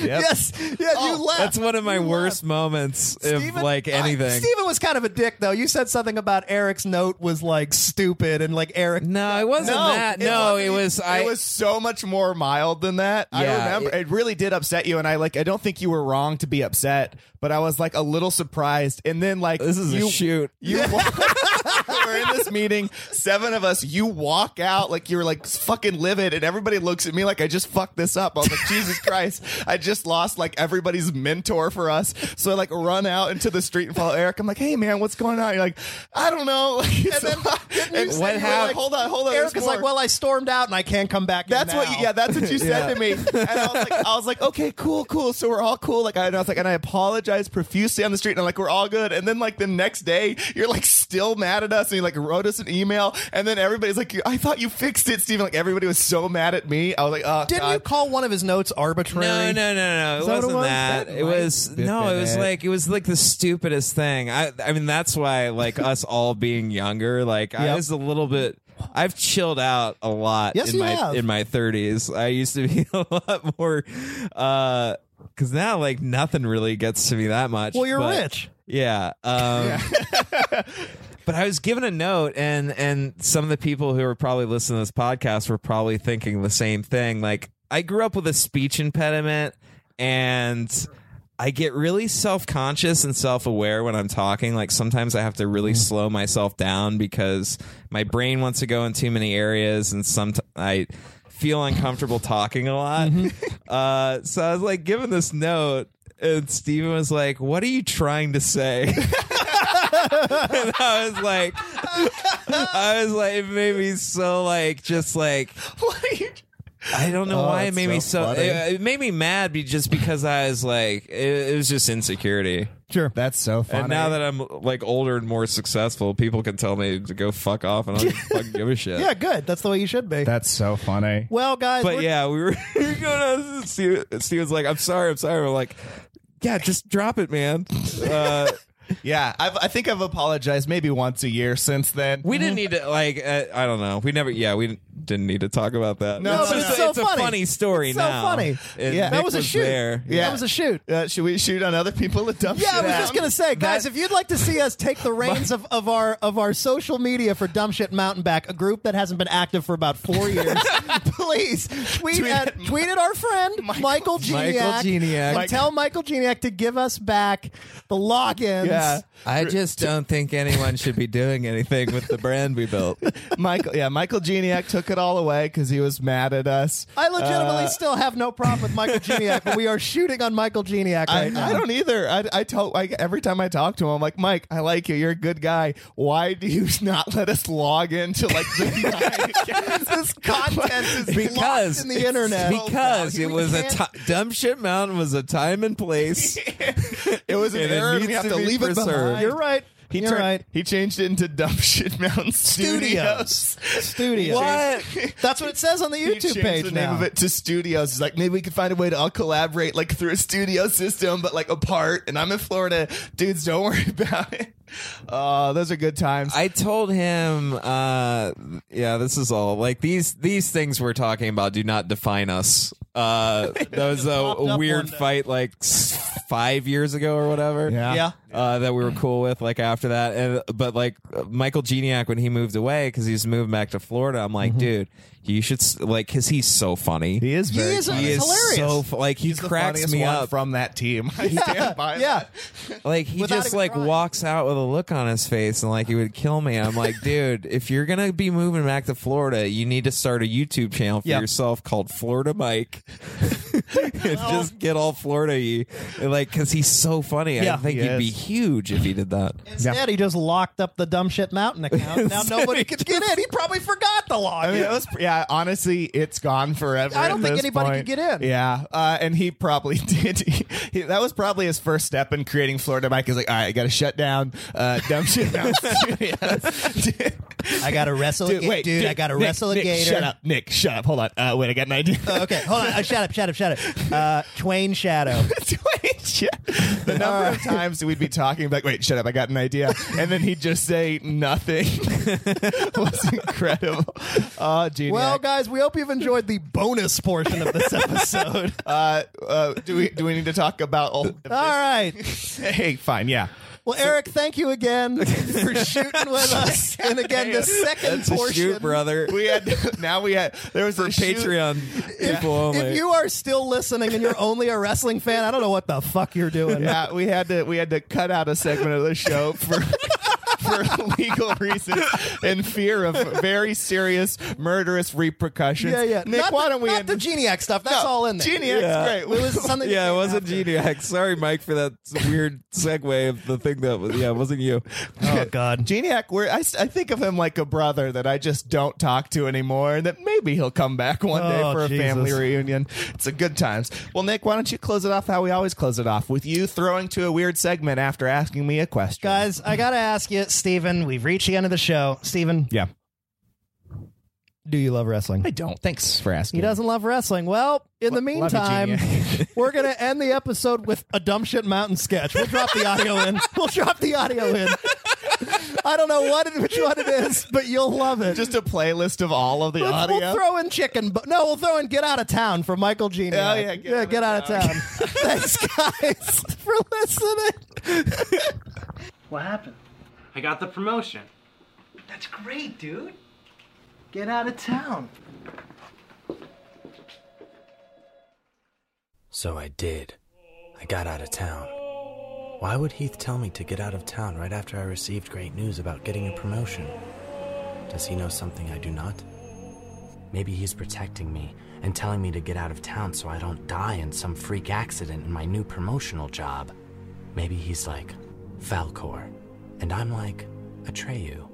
B: Yes, yeah, you left.
C: Oh, That's one of my worst moments if like anything.
B: Steven was kind of a dick, though. You said something about Eric's note was like stupid, and like Eric.
C: no, it wasn't that. No, it, was I
D: it was so much more mild than that.
C: Yeah,
D: I remember
C: it-
D: it, really did upset you, and I like I don't think you were wrong to be upset, but I was like a little surprised. And then like
C: this is
D: you,
C: a shoot.
D: You walk, we're in this meeting, seven of us. You walk out like you're like fucking livid, and everybody looks at me like I just fucked this up. I was like, Jesus Christ, I just lost like everybody's mentor for us. So I like run out into the street and follow Eric. I'm like, hey man, what's going on? You're like, I don't know. Like, and then
C: you say you were like,
D: hold on, hold on.
B: Eric
D: there's
B: is like,
D: more.
B: well, I stormed out, and I can't come back. in
D: That's what.
B: now."
D: You, yeah, that's what you said to me. And I was like, I was like, okay, cool, cool. So we're all cool. Like, I, and I was like, and I apologize profusely on the street, and I'm like, we're all good. And then like the next day, you're like still mad at us, and you like wrote us an email, and then everybody's like, I thought you fixed it, Steven. Like everybody was so mad at me. I was like, oh,
B: Didn't you
D: God.
B: call one of his notes arbitrary?
C: No, no, no, no.
B: that
C: It
B: what it
C: wasn't
B: was?
C: that.
B: That
C: It
B: might
C: was
B: have
C: no.
B: been
C: It was
B: it.
C: like it was like the stupidest thing. I. I mean, that's why like us all being younger. Like I
B: Yep.
C: was a little bit. I've chilled out a lot
B: Yes,
C: in
B: you
C: my
B: have.
C: in my thirties. I used to be a lot more. uh Because now, like, nothing really gets to me that much.
B: Well, you're
C: but-
B: rich.
C: Yeah. Um, but I was given a note, and and some of the people who were probably listening to this podcast were probably thinking the same thing. Like, I grew up with a speech impediment, and I get really self conscious and self aware when I'm talking. Like, sometimes I have to really slow myself down because my brain wants to go in too many areas, and some I feel uncomfortable talking a lot. Uh, so I was like given this note, and Steven was like, "What are you trying to say?" and I was like, I was like, it made me so like, just like, I don't know
D: Oh,
C: why it
D: that's
C: made me so.
D: so funny.
C: It, it made me mad, be just because I was like, it, it was just insecurity.
B: Sure.
D: That's so funny.
C: And now that I'm like older and more successful, people can tell me to go fuck off, and I don't fucking give a shit.
B: Yeah, good. That's the way you should be.
D: That's so funny.
B: well, guys,
C: But
B: we're-
C: yeah, we were we were going on. Steve, Steve was like, "I'm sorry, I'm sorry." We're like, "Yeah, just drop it, man." Uh,
D: Yeah, I've, I think I've apologized maybe once a year since then.
C: we didn't need to like. Uh, I don't know. We never. Yeah, we didn't need to talk about that.
D: No,
C: it's,
D: but
C: just
D: it's
C: a,
B: so
C: it's
B: funny.
C: a funny story.
B: It's so
C: now.
B: funny.
C: And
D: Yeah.
B: that
C: Nick
B: was a shoot.
C: There.
D: Yeah.
B: That was a shoot.
D: Uh, should we shoot on other people to dump
B: Yeah, I
D: shit
B: was
D: out?
B: just gonna say, guys, if you'd like to see us take the reins of, of our of our social media for Dumb Shit Mountain Back, a group that hasn't been active for about four years, please tweet,
D: Tweet
B: at,
D: at-
B: tweet at our friend Michael, Geniac,
C: Geniac.
B: and
C: Mike-
B: tell Michael Geniac to give us back the logins.
D: Yeah.
C: I just don't think anyone should be doing anything with the brand we built.
D: Michael, yeah, Michael Geniak took it all away because he was mad at us.
B: I
D: Uh,
B: legitimately still have no problem with Michael Geniac, but we are shooting on Michael Geniac
D: I,
B: right now.
D: I don't either. I, I tell I, every time I talk to him, I'm like, Mike, I like you. You're a good guy. Why do you not let us log into like the this
B: content is
C: Because
B: lost in the internet.
C: Because it
B: We
C: was a
B: can't-
C: ti- dumb shit mountain was a time and place.
D: It was an
C: And it
D: error. and We have
C: needs
D: to,
C: to be
D: leave it
C: preserved.
D: behind.
B: You're right.
D: He
B: You're
D: turned-
B: right.
D: He changed it into Dumb Shit Mountain Studios.
B: Studios.
C: What?
B: That's what it says on the
D: He
B: YouTube
D: changed
B: page
D: the name
B: now.
D: of it to Studios. He's like, maybe we could find a way to all collaborate like through a studio system, but like apart. And I'm in Florida, dudes. Don't worry about it. Oh, those are good times.
C: I told him, uh, yeah, this is all like these these things we're talking about do not define us. Uh, that was a
B: up
C: weird
B: one day.
C: fight like s- five years ago or whatever.
B: Yeah.
C: Uh, that we were cool with, like after that, and but like Michael Geniak when he moved away because he's moving back to Florida, I'm like, dude, you should s- like because he's so funny.
D: Mm-hmm. He is.
B: He
D: Very
B: is,
D: funny.
B: he
C: He is
B: hilarious.
C: so fu- like he
D: He's the
C: cracks
D: funniest
C: me
D: one
C: up.
D: from that team. I stand by.
B: yeah.
C: Like he
B: Without
C: just
B: even
C: like
B: trying.
C: walks out with a look on his face and like he would kill me. I'm like, dude, if you're gonna be moving back to Florida, you need to start a YouTube channel for
B: Yep.
C: yourself called Florida Mike. and
B: Oh.
C: just get all Florida y. Like, cause he's so funny.
B: Yeah.
C: I think
D: He
C: he'd be
D: is.
C: huge if he did that.
B: Instead, he just locked up the dumb shit mountain account. Now nobody can get in. He probably forgot the log.
D: I mean, it was, yeah, honestly, it's gone forever.
B: I don't
D: at
B: think
D: this
B: anybody
D: point.
B: could get in.
D: Yeah, uh, and he probably did. He, he- that was probably his first step in creating Florida Mike. He's like, all right, I got to shut down, uh, dumb shit. Mountain Studios."
B: I gotta wrestle
D: dude, wait, dude, Nick, Nick, Shut up, Nick. Shut up. Hold on. Uh, wait, I got an idea.
B: Okay, hold on. Uh, shut up, shut up, shut up. Uh, Twain Shadow.
D: Wait, yeah. The number of
B: Uh,
D: times we'd be talking, like, wait, shut up, I got an idea. And then he'd just say nothing. was incredible. Oh, genius.
B: Well, guys, we hope you've enjoyed the bonus portion of this episode.
D: uh, uh, do we do we need to talk about all
B: All right.
D: hey fine yeah
B: Well, Eric, thank you again for shooting with us. And again, the second
C: That's a
B: portion.
C: shoot, brother.
D: we had now we had there was a shoot-
C: Patreon people
B: If
C: only.
B: you are still listening and you're only a wrestling fan, I don't know what the fuck you're doing.
D: yeah we had to we had to cut out a segment of the show for for legal reasons and fear of very serious murderous repercussions
B: Yeah, yeah.
D: Nick
B: not
D: why
B: the,
D: don't we
B: Not
D: end
B: the Geniac stuff. That's
D: No,
B: all in there.
D: Geniac's Yeah. great.
B: It was something.
C: yeah,
B: that
C: it
B: came
C: wasn't
B: after.
C: Geniac. Sorry, Mike, for that weird segue of the thing that was. Yeah, it wasn't you.
B: Oh God.
D: Geniac, where I, s- I think of him like a brother that I just don't talk to anymore, and that maybe he'll come back one day
B: Oh,
D: for a
B: Jesus.
D: family reunion. It's a good times. Well, Nick, why don't you close it off how we always close it off with you throwing to a weird segment after asking me a question,
B: Guys, I gotta ask you, Steven, we've reached the end of the show. Steven,
D: Yeah,
B: do you love wrestling?
D: I don't. Thanks for asking.
B: He doesn't love wrestling. Well, in the
D: Lo- love you,
B: meantime,
D: Geniac.
B: we're gonna end the episode with a dumb shit mountain sketch. We'll drop the audio in. We'll drop the audio in. I don't know what it, which one it is, but you'll love it.
D: Just a playlist of all of the
B: Let's-
D: audio.
B: We'll throw in chicken. But no, we'll throw in "Get Out of Town" from Michael Gene.
D: Oh, yeah, Get Outta
B: get out of town. Thanks, guys, for listening.
K: What happened?
L: I got the promotion.
K: That's great, dude. Get out of town.
M: So I did. I got out of town. Why would Heath tell me to get out of town right after I received great news about getting a promotion? Does he know something I do not? Maybe he's protecting me and telling me to get out of town so I don't die in some freak accident in my new promotional job. Maybe he's like Falcor, and I'm like Atreyu.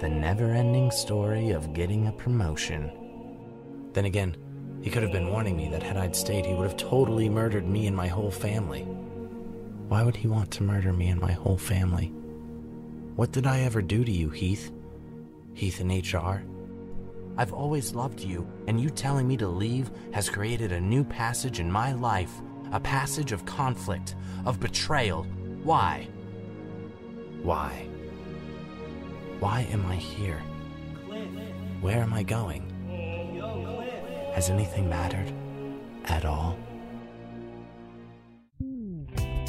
M: The never ending story of getting a promotion. Then again, he could have been warning me that had I'd stayed, he would have totally murdered me and my whole family. Why would he want to murder me and my whole family? What did I ever do to you, Heath? Heath in HR? I've always loved you, and you telling me to leave has created a new passage in my life a passage of conflict, of betrayal. Why? Why? Why am I here? Where am I going? Has anything mattered? At all?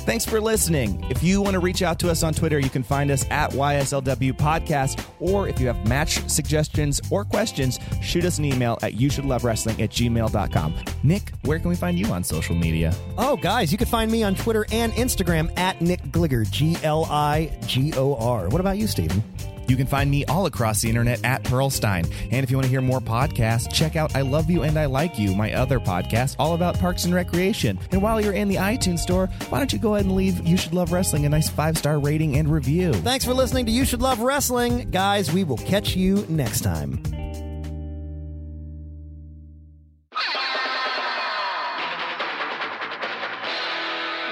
D: Thanks for listening. If you want to reach out to us on Twitter, you can find us at YSLW Podcast. Or if you have match suggestions or questions, shoot us an email at you should love wrestling at gmail.com. Nick, where can we find you on social media?
B: Oh, guys, you can find me on Twitter and Instagram at Nick Gligor, G L I G O R. What about you, Steven?
D: You can find me all across the internet at Pearlstein. And if you want to hear more podcasts, check out I Love You and I Like You, my other podcast, all about parks and recreation. And while you're in the iTunes store, why don't you go ahead and leave You Should Love Wrestling a nice five star rating and review?
B: Thanks for listening to You Should Love Wrestling. Guys, we will catch you next time.